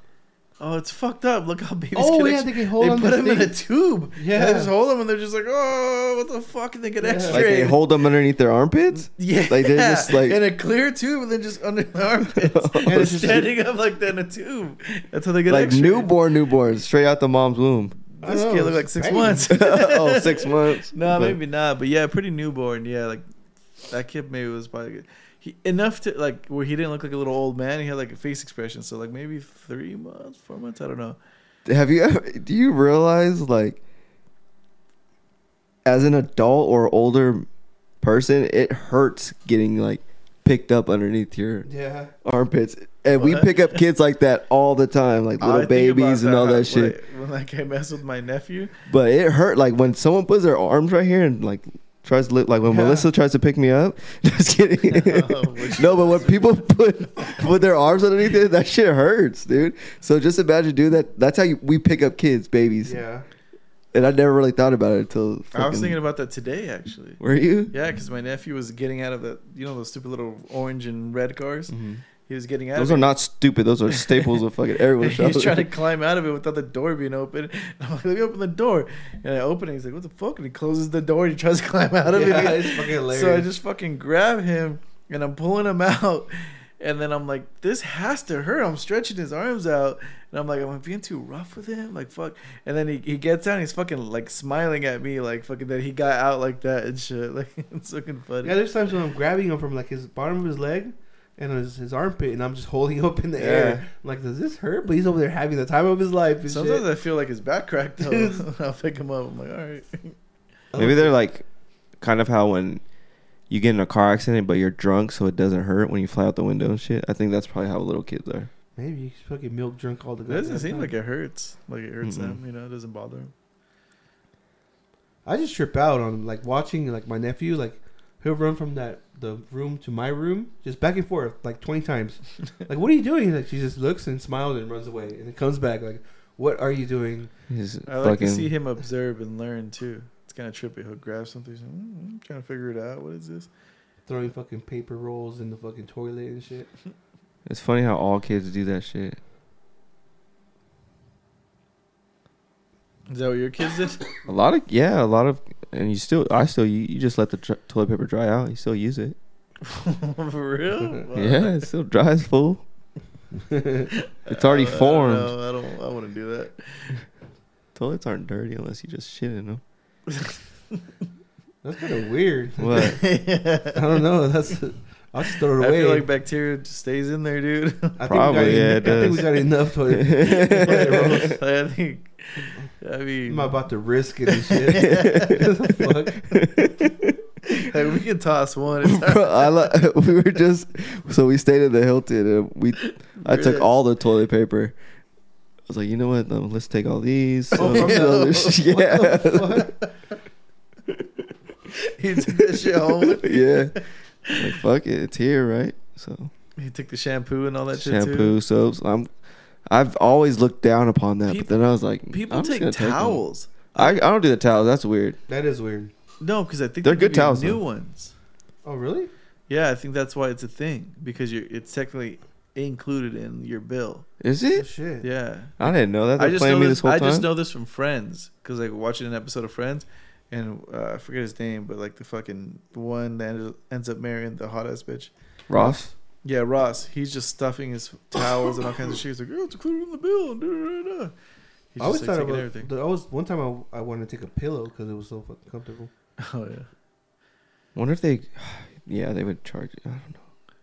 S1: Oh, it's fucked up. Look how babies.
S2: Oh
S1: get
S2: yeah,
S1: X-
S2: they can
S1: they
S2: hold on
S1: put
S2: the
S1: them in a
S2: thing.
S1: tube. Yeah,
S2: Yeah.
S1: they just hold them and they're just like, oh, what the fuck? And they get
S2: Yeah.
S1: X-rayed.
S3: like they hold them underneath their armpits.
S1: yeah,
S3: like, they're just like-
S1: in a clear tube and then just under the armpits,
S3: And
S1: and
S2: it's just-
S1: standing up like that in a tube. That's how they get
S3: like
S1: X-rayed.
S3: newborn, newborn, straight out the mom's womb.
S2: I
S1: This
S2: know,
S1: kid
S2: it's
S1: looked like six
S2: tiny.
S1: months.
S3: oh, six months.
S1: No,
S3: But-
S1: maybe not. But yeah, pretty newborn. Yeah, like that kid maybe was probably he, enough to like where he didn't look like a little old man. He had like a face expression. So like maybe three months, four months. I don't know.
S3: Have you ever, do you realize like as an adult or older person, it hurts getting like picked up underneath your
S2: Yeah.
S3: armpits. And we
S1: What?
S3: pick up kids like that all the time, like
S1: I
S3: little
S1: think
S3: babies
S1: about
S3: and all
S1: how-
S3: that shit.
S1: When, when like I messed with my nephew,
S3: But it hurt like when someone puts their arms right here and like tries to look like when
S2: Yeah.
S3: Melissa tries to pick me up. Just kidding.
S1: No, which-
S3: no, but when people put put their arms underneath it, that shit hurts, dude. So just imagine doing that. That's how you, we pick up kids, babies.
S2: Yeah.
S3: And I never really thought about it until
S1: I was
S3: fucking-
S1: thinking about that today actually.
S3: Were you?
S1: Yeah, because my nephew was getting out of the you know those stupid little orange and red cars. He was getting out.
S3: Mm-hmm. Those
S1: of
S3: are
S1: it.
S3: not stupid. Those are staples of fucking everyone's
S1: He was
S3: childhood.
S1: trying to climb out of it without the door being open. I'm like, let me open the door. And I open it. He's like, what the fuck? And he closes the door and he tries to climb out of
S2: yeah,
S1: it.
S2: it's fucking hilarious.
S1: So I just fucking grab him and I'm pulling him out. And then I'm like, this has to hurt. I'm stretching his arms out. And I'm like, am I being too rough with him? Like, fuck. And then he, he gets out and he's fucking like smiling at me, like, fucking that he got out like that and shit. Like, it's fucking funny.
S2: Yeah, there's times when I'm grabbing him from like his bottom of his leg and his, his armpit, and I'm just holding him up in the air. I'm like, does this hurt? But he's over there having the time of his life. And
S1: Sometimes
S2: shit.
S1: I feel like his back cracked though. I'll pick him up. I'm like, all right.
S2: Oh,
S3: Maybe they're like kind of how when you get in a car accident but you're drunk so it doesn't hurt when you fly out the window and shit. I think that's probably how little kids are.
S2: maybe he's fucking milk drunk all the
S1: It doesn't
S2: goddamn
S1: seem
S2: time.
S1: like it hurts. Like it hurts
S3: Mm-mm.
S1: them, you know, it doesn't bother him.
S2: I just trip out on like watching like my nephew like he'll run from that the room to my room just back and forth like twenty times. like what are you doing? Like she just looks and smiles and runs away and it comes back like what are you doing?
S3: He's
S1: I like to see him observe and learn too. It's kind of trippy. He'll grab something, he's like, mm, I'm trying to figure it out. What is this?
S2: Throwing fucking paper rolls in the fucking toilet and shit.
S3: It's funny how all kids do that shit.
S1: Is that what your kids did?
S3: A lot of yeah, a lot of, and you still, I still, you, you just let the tr- toilet paper dry out. You still use it.
S1: For real?
S3: Yeah, it still dries, fool. It's already
S1: I don't
S3: formed.
S1: know. I don't. I, want to do that.
S3: Toilets aren't dirty unless you just shit in them.
S2: That's kind of weird.
S3: What?
S2: I don't know. That's I'll just throw it
S1: I
S2: away.
S1: feel like bacteria just stays in there, dude.
S2: I think we got
S3: Probably, yeah, it
S2: en- I think we
S3: does.
S2: got enough toilet. toilet rolls.
S1: I think. I mean,
S2: I'm not about to risk it and shit. Fuck.
S1: like, we can toss one. It's not
S3: Bro, I lo- we were just so we stayed at the Hilton and we I took
S1: really-
S3: all the toilet paper. I was like, you know what? Um, let's take all these.
S2: Oh,
S3: so-
S2: from the-
S3: so there's- yeah,
S2: What the fuck?
S1: He took that shit home.
S3: yeah. Like fuck it, it's here, right? So
S1: He took the shampoo and all that shit too.
S3: shampoo, soaps. I'm I've always looked down upon that, but
S1: People-
S3: then I was like,
S1: People
S3: I'm just
S1: take
S3: gonna them.
S1: towels.
S3: I, I don't do the towels. That's weird.
S2: That is weird.
S1: no, because I think
S3: They're
S1: they
S3: good
S1: give you
S3: towels,
S1: New
S3: though.
S1: ones.
S2: Oh really?
S1: Yeah, I think that's why it's a thing because you're it's technically included in your bill.
S3: Is
S2: Oh,
S3: it?
S2: shit.
S1: Yeah,
S3: I didn't know that. They're
S1: I just
S3: playing
S1: know
S3: me
S1: this.
S3: this whole
S1: I
S3: time.
S1: just know this from Friends because like watching an episode of Friends, and uh, I forget his name, but like the fucking one that ends- ends up marrying the hot ass bitch.
S3: Ross.
S1: Yeah, Ross. He's just stuffing his towels and all kinds of shit. He's like, "Oh, it's included in the bill." and da-da-da-da." He's
S2: I always
S1: just like
S2: thought
S1: taking
S2: about
S1: everything.
S2: I was one time I, I wanted to take a pillow because it was so fucking comfortable.
S1: Oh yeah.
S3: Wonder if they, yeah, they would charge. I don't know.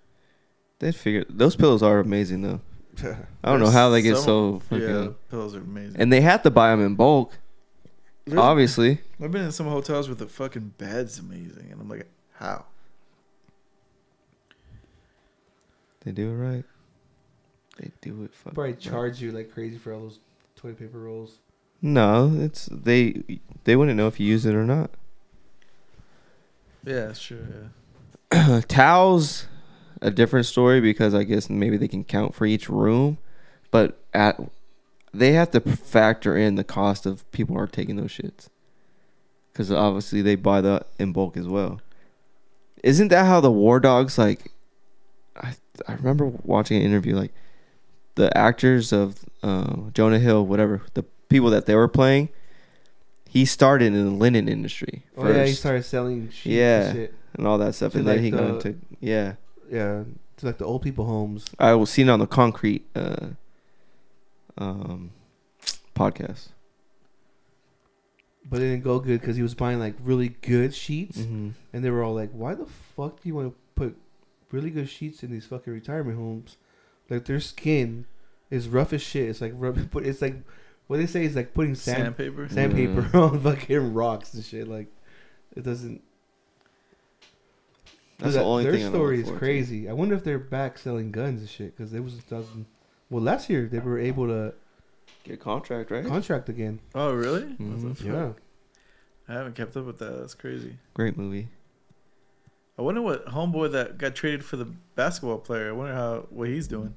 S3: They'd figure those pillows are amazing though. I don't know how they get so fucking.
S1: yeah, pillows are amazing.
S3: And they had to buy them in bulk,
S1: Really?
S3: obviously.
S1: I've been in some hotels where the fucking bed's amazing, and I'm like, how?
S3: They do it right. They do it fucking.
S2: Probably
S3: right.
S2: charge you like crazy for all those toilet paper rolls.
S3: No, it's they. They wouldn't know if you use it or not.
S1: Yeah, sure. Yeah.
S3: Towels, a different story because I guess maybe they can count for each room, but at they have to factor in the cost of people are taking those shits because obviously they buy the in bulk as well. Isn't that how the war dogs like? I I remember watching an interview like the actors of um, Jonah Hill, whatever the people that they were playing. He started in the linen industry
S2: Oh yeah, he
S3: first
S2: started selling sheets
S3: Yeah.
S2: and shit.
S3: and all that stuff,
S2: To,
S3: and then
S2: like,
S3: he got
S2: the-
S3: into yeah.
S2: Yeah, to like the old people homes.
S3: I was seen on the concrete uh, um, podcast.
S2: But it didn't go good because he was buying like really good sheets,
S3: Mm-hmm.
S2: and they were all like, "Why the fuck do you want to put really good sheets in these fucking retirement homes? Like their skin is rough as shit. It's like rub- put- It's like what they say is like putting sand
S1: Sandpaper.
S2: sandpaper
S3: Yeah.
S2: on fucking rocks and shit. Like, it doesn't.
S3: That's
S2: That-
S3: the only
S2: their
S3: thing. I'm
S2: story
S3: looking
S2: is
S3: forward to.
S2: crazy. I wonder if they're back selling guns and shit because they was a thousand. Well, last year they were able to
S3: Get a contract, right?
S2: contract again.
S1: Oh really? What the
S3: Mhm.
S1: fuck? I haven't kept up with that. That's crazy.
S3: Great movie.
S1: I wonder what homeboy that got traded for the basketball player. I wonder how what he's doing.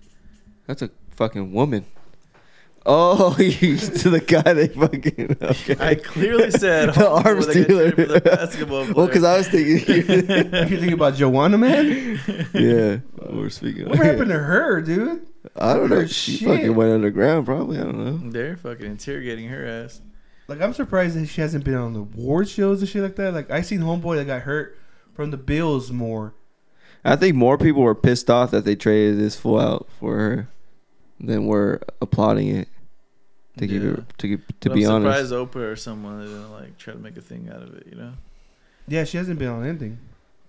S3: That's a fucking woman. Oh, you to the guy they fucking. Okay.
S1: I clearly said
S3: the
S1: homeboy
S3: arms
S1: that got
S3: dealer.
S1: traded for the basketball player.
S3: well, because I was thinking.
S2: you think about Joanna, man?
S3: yeah, we're speaking.
S2: What happened to her, dude?
S3: I don't know.
S2: her
S3: She
S2: shit?
S3: fucking went underground, probably. I don't know.
S1: they're fucking interrogating her ass.
S2: Like, I'm surprised that she hasn't been on the award shows and shit like that. Like, I seen homeboy that got hurt from the Bills more.
S3: I think more people were pissed off that they traded this fool out for her than were applauding it. To keep
S1: Yeah.
S3: it, to keep, to
S1: But
S3: be
S1: I'm
S3: honest,
S1: surprised Oprah or someone didn't like try to make a thing out of it. You know,
S2: Yeah, she hasn't been on anything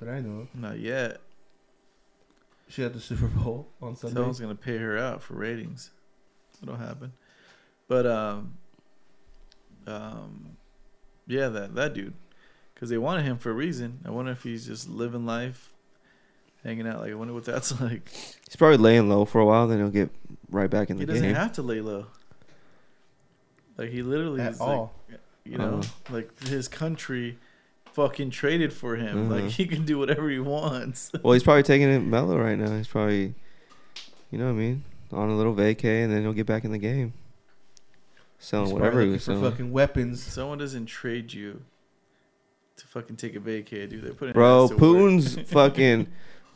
S2: that I know of.
S1: not yet.
S2: She had the Super Bowl on Sunday.
S1: Someone's gonna pay her out for ratings. It'll happen. But um, um, yeah, that that dude, because they wanted him for a reason. I wonder if he's just living life, hanging out. Like I wonder what that's like.
S3: he's probably laying low for a while. Then he'll get right back in
S1: He
S3: the
S1: doesn't
S3: game.
S1: have to lay low. Like he literally
S2: at
S1: is like
S2: all.
S1: you know,
S3: Uh-huh.
S1: like his country fucking traded for him. Like
S3: Mhm.
S1: he can do whatever he wants.
S3: Well, he's probably taking it mellow right now. He's probably, you know what I mean, on a little vacay, and then he'll get back in the game. Selling
S2: He's probably
S3: whatever he
S2: looking
S3: was
S2: for
S3: selling.
S2: fucking weapons.
S1: Someone doesn't trade you to fucking take a vacay, dude. They're putting
S3: Bro,
S1: ass to work.
S3: Putin's fucking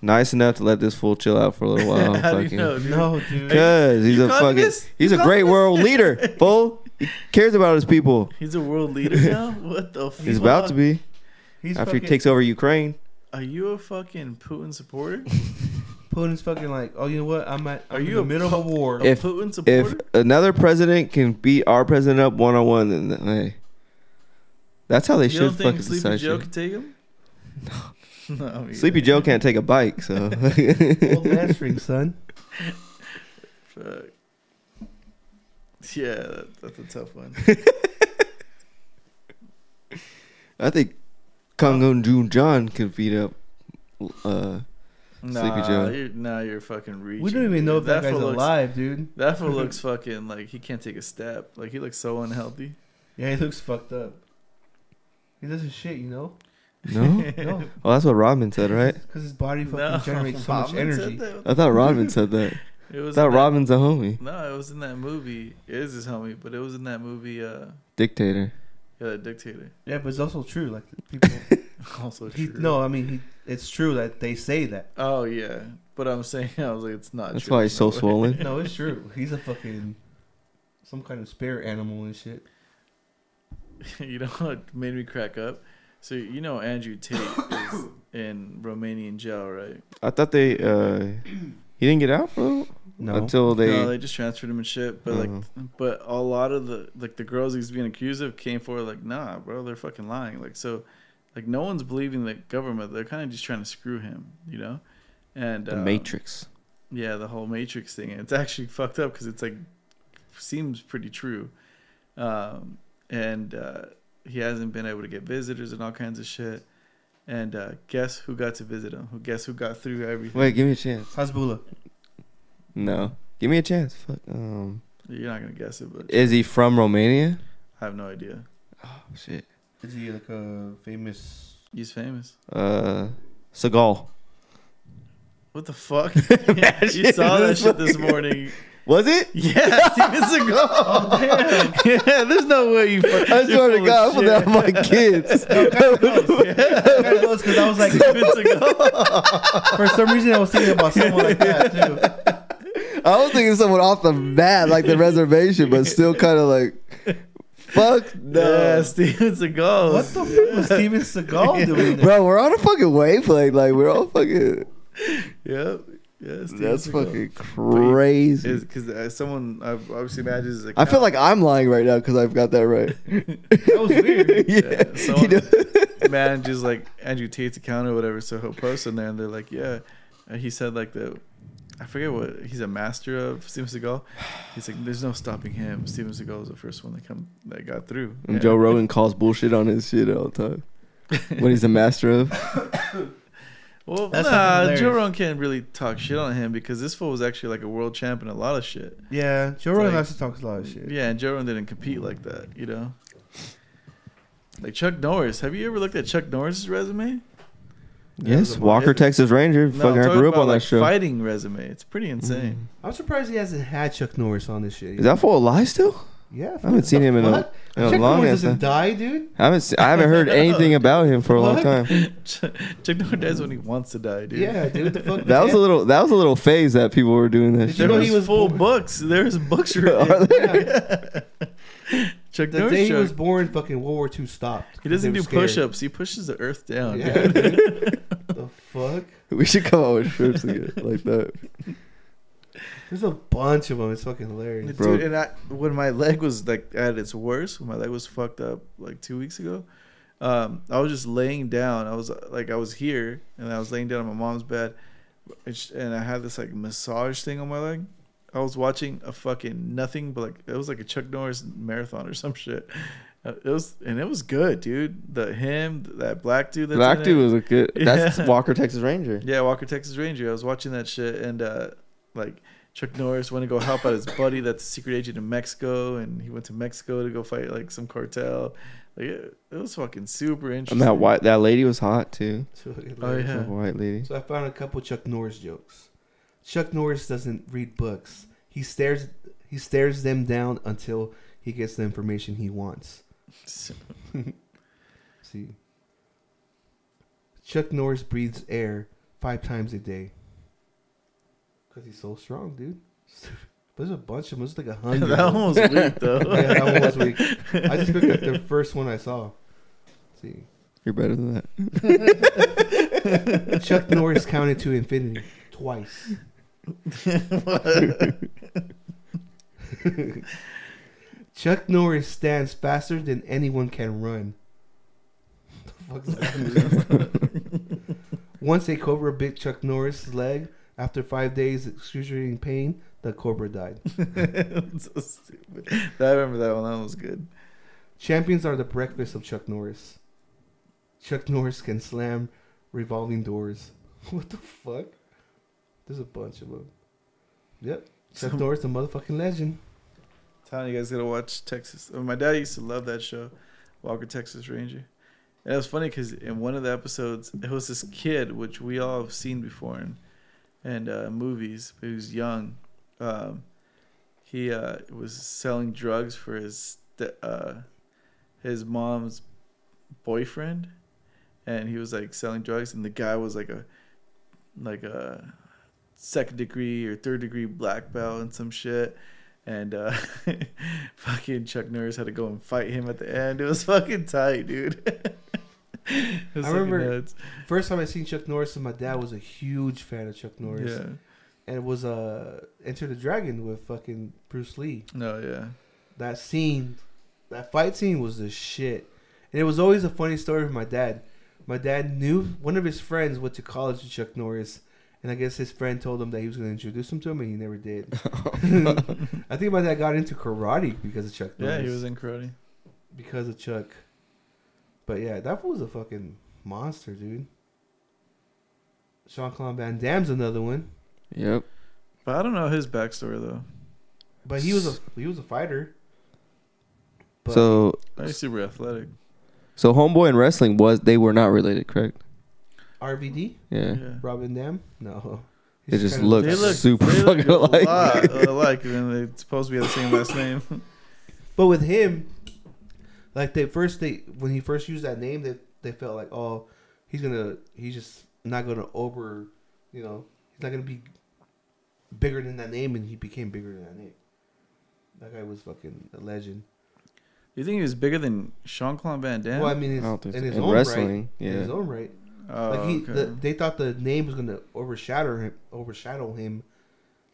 S3: nice enough to let this fool chill out for a little while.
S1: How do
S3: fucking.
S1: you know, dude?
S2: No, dude.
S3: Cause he's
S1: You
S3: a
S1: calling
S3: fucking
S1: this?
S3: he's
S1: You
S3: a
S1: calling
S3: great
S1: this?
S3: world leader, fool. He cares about his people.
S1: He's a world leader now. What the? Fuck?
S3: He's about to be
S2: He's
S3: after
S2: fucking,
S3: he takes over Ukraine.
S1: Are you a fucking Putin supporter?
S2: Putin's fucking like, oh, you know what? I'm at. I'm
S1: Are
S2: in
S1: you
S2: the
S1: a
S2: middle of a war?
S1: A
S3: If-
S1: Putin supporter?
S3: If another president can beat our president up one on one, then then, hey, that's how Oh, they
S1: you
S3: should
S1: don't think
S3: fucking
S1: Sleepy
S3: decide.
S1: Joe
S3: shit.
S1: can take him? No. no I'm
S3: Sleepy Joe can't take a bike, so
S2: Old last ring, son.
S1: Fuck. Yeah, that, that's a tough one.
S3: I think Kangun Jun John could beat up. Uh,
S1: Nah,
S3: Joe.
S1: You're, nah, you're fucking reaching.
S2: We don't even know
S1: dude.
S2: if that,
S1: fool
S2: guy's
S1: looks,
S2: alive, dude.
S1: That fool looks fucking like he can't take a step. Like he looks so unhealthy.
S2: Yeah, he looks fucked up. He doesn't shit, you know.
S3: no,
S2: No,
S3: well that's what Rodman said, right?
S2: because his body fucking
S1: No,
S2: generates so much
S1: Rodman said
S2: energy.
S1: that.
S3: I thought Rodman said that.
S1: It
S3: I
S1: was
S3: thought
S1: in that-
S3: Rodman's a homie
S1: No, it was in that movie. It is his homie, but it was in that movie. Uh,
S3: dictator.
S1: yeah, the dictator.
S2: Yeah, but it's also true. Like the people,
S1: Also true.
S2: he, no, uh, I mean, he, it's true that they say that.
S1: Oh yeah, but I'm saying I was like, it's not.
S3: That's
S1: true.
S3: why
S1: There's
S3: he's so
S1: no way.
S3: swollen.
S2: No, it's true. He's a fucking some kind of spirit animal and shit.
S1: you know what made me crack up? So you know Andrew Tate is in Romanian jail, right?
S3: I thought they uh he didn't get out for
S2: No,
S3: until they,
S1: no, they just transferred him and shit. But like,
S3: Mhm.
S1: but a lot of the like the girls he's being accused of came forward like, nah, bro, they're fucking lying. Like so, like no one's believing the government. They're kind of just trying to screw him, you know. And
S3: the
S1: um,
S3: Matrix.
S1: Yeah, the whole Matrix thing. It's actually fucked up because it's like seems pretty true, um, and uh, he hasn't been able to get visitors and all kinds of shit. And uh, guess who got to visit him? Who guess who got through everything?
S3: Wait, give me a chance.
S2: Hasbullah.
S3: No, give me a chance. Fuck. Um,
S1: You're not gonna guess it, but
S3: is he from Romania?
S1: I have no idea.
S3: Oh shit.
S2: Is he like a famous?
S1: He's famous.
S3: Uh, Seagal.
S1: What the fuck?
S3: Imagine
S1: you saw that
S3: this
S1: shit this
S3: fucking-
S1: morning.
S3: Was it?
S1: Yeah, Steven Seagal. Yeah, there's no way you. Fuck,
S3: I swear to God, for that my kids.
S2: I know it's 'cause I was like,
S1: Steven Seagal.
S2: for some reason, I was thinking about someone like that too.
S3: I was thinking someone off the bat, like the reservation, but still kind of like, fuck
S1: Yeah,
S3: no,
S1: Steven Seagal.
S2: What the fuck was Steven Seagal doing? There?
S3: bro. We're on a fucking wavelength. Like we're all fucking.
S1: Yep. Yeah, Steven
S3: That's
S1: Seagal.
S3: fucking
S1: you-
S3: crazy.
S1: Is because uh, someone I've obviously imagines. his
S3: I feel
S1: account.
S3: like I'm lying right now because I've got that right.
S2: That was weird.
S3: yeah.
S1: Yeah,
S3: you
S1: someone
S3: know,
S1: manages like Andrew Tate's account or whatever, so he'll post in there, and they're like, "Yeah," and he said like the, I forget what he's a master of Steven Seagal. He's like, "There's no stopping him." Steven Seagal was the first one that come that got through.
S3: And
S1: Yeah.
S3: Joe Rogan calls bullshit on his shit all the time. What he's a master of.
S1: Well,
S2: That's fucking
S1: nah,
S2: hilarious.
S1: Joe Rogan can't really talk shit on him because this fool was actually like a world champ in a lot of shit.
S2: Yeah, Joe
S1: It's
S2: Rogan
S1: like-
S2: actually talks a lot of shit.
S1: Yeah, and Joe Rogan didn't compete like that, you know. Like Chuck Norris, have you ever looked at Chuck Norris's resume?
S3: Yes,
S1: Yeah.
S3: Walker, Texas Ranger.
S1: No,
S3: Fucking,
S1: I'm
S3: I
S1: talking
S3: grew up
S1: about,
S3: on that
S1: like,
S3: show.
S1: Fighting resume, it's pretty
S2: Mm-hmm.
S1: insane.
S2: I'm surprised he hasn't had Chuck Norris on this shit.
S3: Is that fool alive still?
S2: yeah,
S3: I haven't seen him in a, in a
S2: Chuck
S3: long
S2: Norris doesn't
S3: ass time.
S2: die, dude.
S3: I haven't, se- I haven't heard anything about him for a long
S2: What?
S3: time.
S1: Chuck Norris dies when he wants to die, dude.
S2: Yeah, dude. The fuck
S3: That was a little that was a little phase that people were doing that
S2: Did
S1: there
S2: you
S3: shit.
S2: know
S1: was
S2: he was
S1: full
S2: born-
S1: books. There's books
S3: Are
S1: written.
S2: Yeah.
S1: Chuck
S2: The
S1: Norris.
S2: day he
S1: joke.
S2: was born, fucking World War II stopped.
S1: he doesn't
S2: They
S1: do
S2: were scared.
S1: push-ups. He pushes the earth down.
S2: Yeah, dude. the fuck?
S3: We should come out with shrimps like like that.
S2: There's a bunch of them. It's fucking hilarious.
S3: Bro.
S1: Dude, and I, when my leg was like at its worst, when my leg was fucked up like two weeks ago, um, I was just laying down. I was uh, like, I was here, and I was laying down on my mom's bed, and sh- and I had this like massage thing on my leg. I was watching a fucking nothing but like it was like a Chuck Norris marathon or some shit. Uh, It was and it was good, dude. The him, that black dude, that's
S3: Black
S1: in
S3: dude
S1: it.
S3: was a good. That's
S1: Yeah.
S3: Walker Texas Ranger.
S1: Yeah, Walker Texas Ranger. I was watching that shit, and uh, like Chuck Norris went to go help out his buddy that's a secret agent in Mexico, and he went to Mexico to go fight like some cartel. Like it, it was fucking super
S3: And
S1: interesting.
S3: that white that lady was hot too.
S2: It's fucking
S1: Oh,
S2: hilarious.
S1: yeah.
S3: That white lady.
S2: So I found a couple Chuck Norris jokes. Chuck Norris doesn't read books. He stares he stares them down until he gets the information he wants. See. Chuck Norris breathes air five times a day. Cause he's so strong, dude. But there's a bunch of them. There's like a hundred.
S1: that one was weak
S2: yeah,
S1: though.
S2: that one was weak. I just picked up the first one I saw. See.
S3: You're better than that.
S2: Chuck Norris counted to infinity twice. Chuck Norris stands faster than anyone can run. The fuck's that? Once a cobra bit Chuck Norris's leg, after five days of excruciating pain, the cobra died.
S1: so stupid. I remember that one. That one was good.
S2: Champions are the breakfast of Chuck Norris. Chuck Norris can slam revolving doors. What the fuck? There's a bunch of them. Yep. Chuck
S1: Some-
S2: Norris, the motherfucking legend.
S1: Telling you guys gotta watch Texas. Oh, my dad used to love that show, Walker Texas Ranger. And it was funny because in one of the episodes, it was this kid which we all have seen before in and uh, movies, but he was young. Um, he uh, was selling drugs for his st- uh, his mom's boyfriend, and he was like selling drugs, and the guy was like a like a second degree or third degree black belt and some shit. And uh, fucking Chuck Norris had to go and fight him at the end. It was fucking tight, dude. It was
S2: I
S1: fucking
S2: remember
S1: nuts.
S2: First time I seen Chuck Norris, and my dad was a huge fan of Chuck Norris.
S1: Yeah.
S2: and it was uh Enter the Dragon with fucking Bruce Lee.
S1: No, yeah.
S2: That scene, that fight scene was the shit. And it was always a funny story for my dad. My dad knew one of his friends went to college with Chuck Norris, and I guess his friend told him that he was going to introduce him to him, and he never did. I think my dad got into karate because of Chuck Norris.
S1: Yeah, he was in karate.
S2: because of Chuck. But yeah, that fool was a fucking monster, dude. Sean Claude Van Damme's another one,
S3: Yep.
S1: But I don't know his backstory though.
S2: but he was a he was a fighter. But-
S3: so
S1: But He's super athletic.
S3: so homeboy and wrestling was they were not related, correct?
S2: RVD,
S1: Yeah.
S3: Yeah.
S2: Robin Dam? No.
S3: They
S2: He's
S3: just
S2: kinda-
S3: look super fucking alike.
S1: lot alike, and they're supposed to be the same last name.
S2: But with him, like they first they when he first used that name, they they felt like oh he's gonna he's just not gonna over you know he's not gonna be bigger than that name, and he became bigger than that name. That guy was fucking a legend.
S1: You think he was bigger than Sean Claude Van Damme?
S2: Well, I mean,
S3: I
S2: his,
S3: don't think
S2: in
S3: so.
S2: his
S3: In
S2: own right,
S3: wrestling,
S2: in
S3: yeah.
S2: his own right.
S1: oh,
S2: like he,
S1: okay.
S2: the, they thought the name was gonna overshadow him, overshadow him,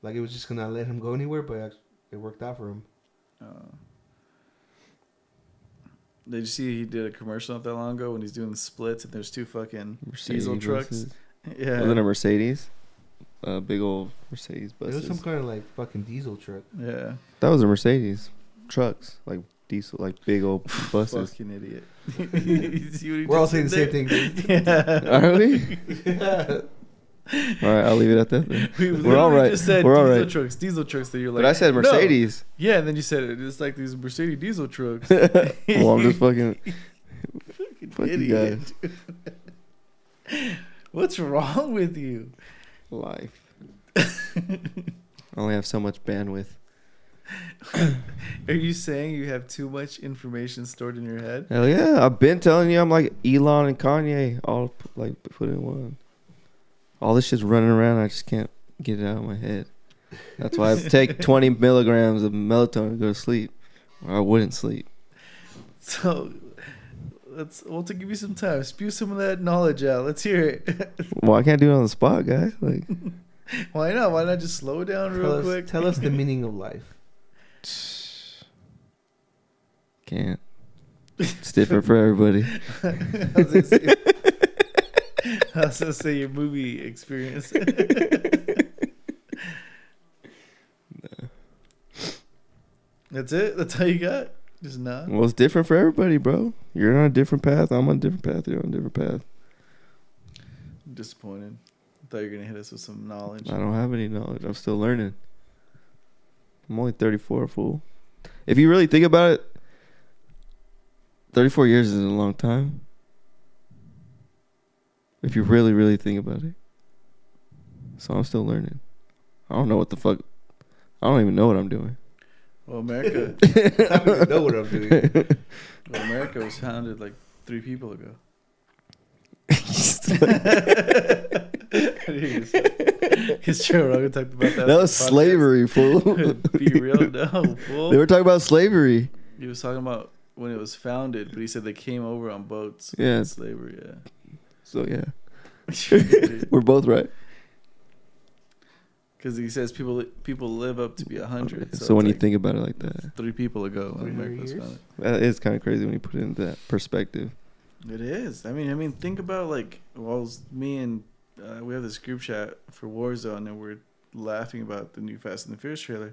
S2: like it was just gonna let him go anywhere. But act- it worked out for him.
S1: Oh. Did you see he did a commercial not that long ago when he's doing the splits and there's two fucking diesel trucks?
S3: buses.
S1: Yeah.
S3: Wasn't a Mercedes? A big old Mercedes
S2: It was
S3: buses.
S2: some kind of like fucking diesel truck.
S1: Yeah.
S3: that was a Mercedes trucks, like diesel, like big old buses.
S1: Fucking idiot. You see what he
S2: We're all
S1: just
S2: saying the
S1: did
S2: same thing.
S1: there? Yeah.
S3: Are we? All right, I'll leave it at that. then.
S1: We
S3: We're
S1: literally
S3: all right.
S1: Just said
S3: We're all
S1: diesel
S3: right.
S1: trucks, diesel trucks that you're like.
S3: But I said
S1: "No."
S3: Mercedes.
S1: Yeah, and then you said it. It's like these Mercedes diesel trucks.
S3: well, I'm just fucking.
S1: Fucking
S3: Fuck you
S1: idiot. dude. What's wrong with you?
S3: Life. I only have so much bandwidth.
S1: Are you saying you have too much information stored in your head?
S3: Hell yeah! I've been telling you, I'm like Elon and Kanye, all p- like put in one. All this shit's running around. I just can't get it out of my head. That's why I take 20 milligrams of melatonin to go to sleep, or I wouldn't sleep.
S1: So, Let's we'll to give you some time. Spew some of that knowledge out. Let's hear it.
S3: Well, I can't do it on the spot, guys. Like,
S1: Why not? Why not just slow down real
S2: Tell us,
S1: quick?
S2: tell us the meaning of life.
S3: can't. It's different for everybody.
S1: I was gonna say- I was gonna say your movie experience. That's it. That's all you got. Just not.
S3: Well, it's different for everybody, bro. You're on a different path. I'm on a different path. You're on a different path.
S1: disappointed. I thought you were gonna hit us with some knowledge.
S3: I don't have any knowledge. I'm still learning. I'm only 34, fool. If you really think about it, 34 years is a long time. If you really, really think about it. So I'm still learning. I don't know what the fuck. I don't even know what I'm doing.
S1: Well, America.
S2: I don't even know what I'm doing.
S1: well, America was founded like three people ago. Because Joe Rogan talked about that.
S3: That
S1: on
S3: was
S1: the podcast.
S3: slavery, fool.
S1: Be real, no, fool.
S3: they were talking about slavery.
S1: He was talking about when it was founded, but he said they came over on boats.
S3: Yeah.
S1: in slavery.
S3: So yeah,
S1: Yeah,
S3: we're both right.
S1: because he says people people live up to be a hundred.
S3: So, when
S1: it's
S3: you
S1: like
S3: think about it like that,
S1: three people ago, when
S2: 300
S1: America was
S2: years?
S1: founded.
S3: that is kind of crazy when you put it into that perspective.
S1: It is. I mean, I mean, think about like, well, it's me and uh, we have this group chat for Warzone, and we're laughing about the new Fast and the Furious trailer.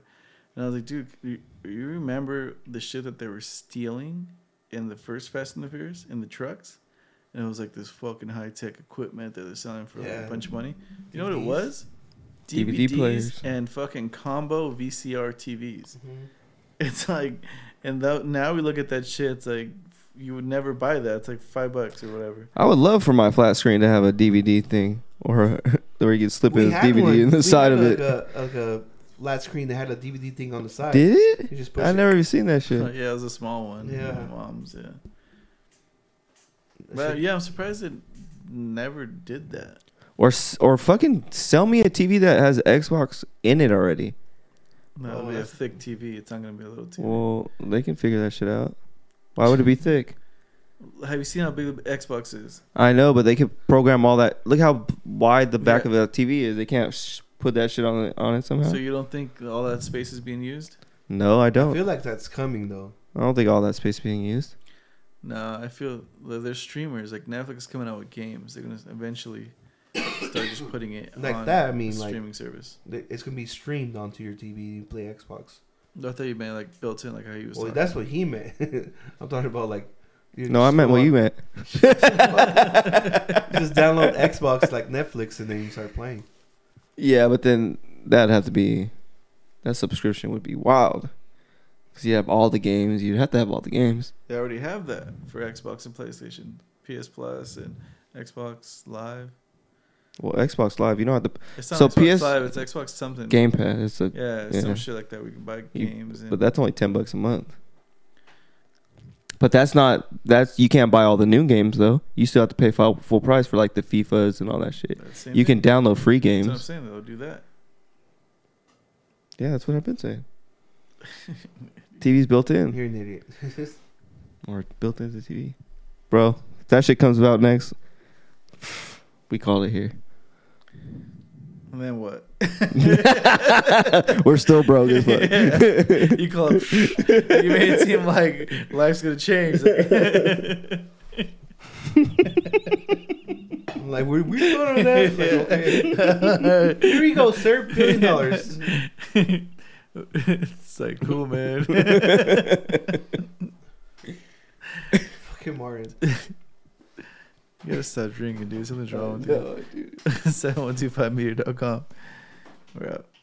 S1: And I was like, dude, you, you remember the shit that they were stealing in the first Fast and the Furious in the trucks? And it was like this fucking high tech equipment that they're selling for like,
S2: Yeah.
S1: a bunch of money. You know what it
S2: DVDs?
S1: was?
S3: DVD
S1: DVDs
S3: players.
S1: and fucking combo VCR TVs. It's like, and that, now we look at that shit. It's like you would never buy that. It's like five bucks or whatever.
S3: I would love for my flat screen to have a DVD thing, or where you could slip
S2: We
S3: in a
S2: had
S3: DVD
S2: one.
S3: in the
S2: We
S3: side
S2: had
S3: of
S2: like
S3: it.
S2: A, uh, like a flat screen that had a DVD thing on the side.
S3: Did it?
S2: You just push
S3: I
S2: it.
S3: never even seen that shit.
S1: Oh, yeah, it was a small one.
S2: Yeah.
S1: My mom's. Yeah.
S2: That
S1: But
S2: shit-
S1: yeah, I'm surprised it never did that.
S3: Or s- or fucking sell me a TV that has Xbox in it already.
S1: No,
S2: Oh,
S1: it'll be a
S2: that's-
S1: thick TV. It's not gonna be a little TV.
S3: Well, they can figure that shit out. Why would it be thick?
S1: Have you seen how big the Xbox is?
S3: I know, but they could program all that. Look how wide the back
S1: Yeah.
S3: of the TV is. They can't sh- put that shit on it, on it somehow.
S1: So you don't think all that space is being used?
S3: no, I
S2: I
S3: don't.
S2: feel like that's coming though.
S3: I don't think all that space being used.
S1: No, I feel that there's streamers like Netflix is coming out with games. They're gonna eventually start just putting it
S2: Like
S1: on
S2: that, I
S1: a
S2: mean, like-
S1: streaming service.
S2: They- It's gonna be streamed onto your TV. You play Xbox.
S1: I thought you meant like built in, like how you was.
S2: Well,
S1: talking.
S2: that's what he meant. I'm talking about like. you
S3: No, I
S2: just
S3: meant
S2: go
S3: what
S2: on-
S3: you meant.
S2: Just download Xbox like Netflix and then you start playing.
S3: Yeah, but then that'd have to be that subscription would be wild because you have all the games. You'd have to have all the games.
S1: They already have that for Xbox and PlayStation, PS Plus, and Xbox Live.
S3: Well, Xbox Live, you don't have the
S1: It's not
S3: So
S1: Xbox
S3: PS
S1: Live. It's Xbox something.
S3: Game Pass. It's a
S1: Yeah,
S3: Yeah.
S1: some shit like that. We can buy
S3: You-
S1: games. and,
S3: but that's only ten bucks a month. But that's not that's you can't buy all the new games though. You still have to pay full, full price for like the FIFAs and all that shit.
S1: that's the same
S3: You
S1: thing.
S3: can download free
S1: That's what I'm
S3: games.
S1: saying. They'll do that.
S3: Yeah, that's what I've been saying. TV's built in
S2: You're an idiot.
S3: or built into TV, bro. If that shit comes out next. We call it here.
S1: And then what?
S3: We're still broke as fuck.
S1: Yeah. You call it. You made it seem like life's gonna change.
S2: I'm like we're we going on that. Like, okay. Here you go, sir. Billion dollars.
S1: it's like cool, man.
S2: Fucking Martin.
S1: You gotta stop drinking, dude. Something's wrong with you. Seven one two five meter.com. We're out.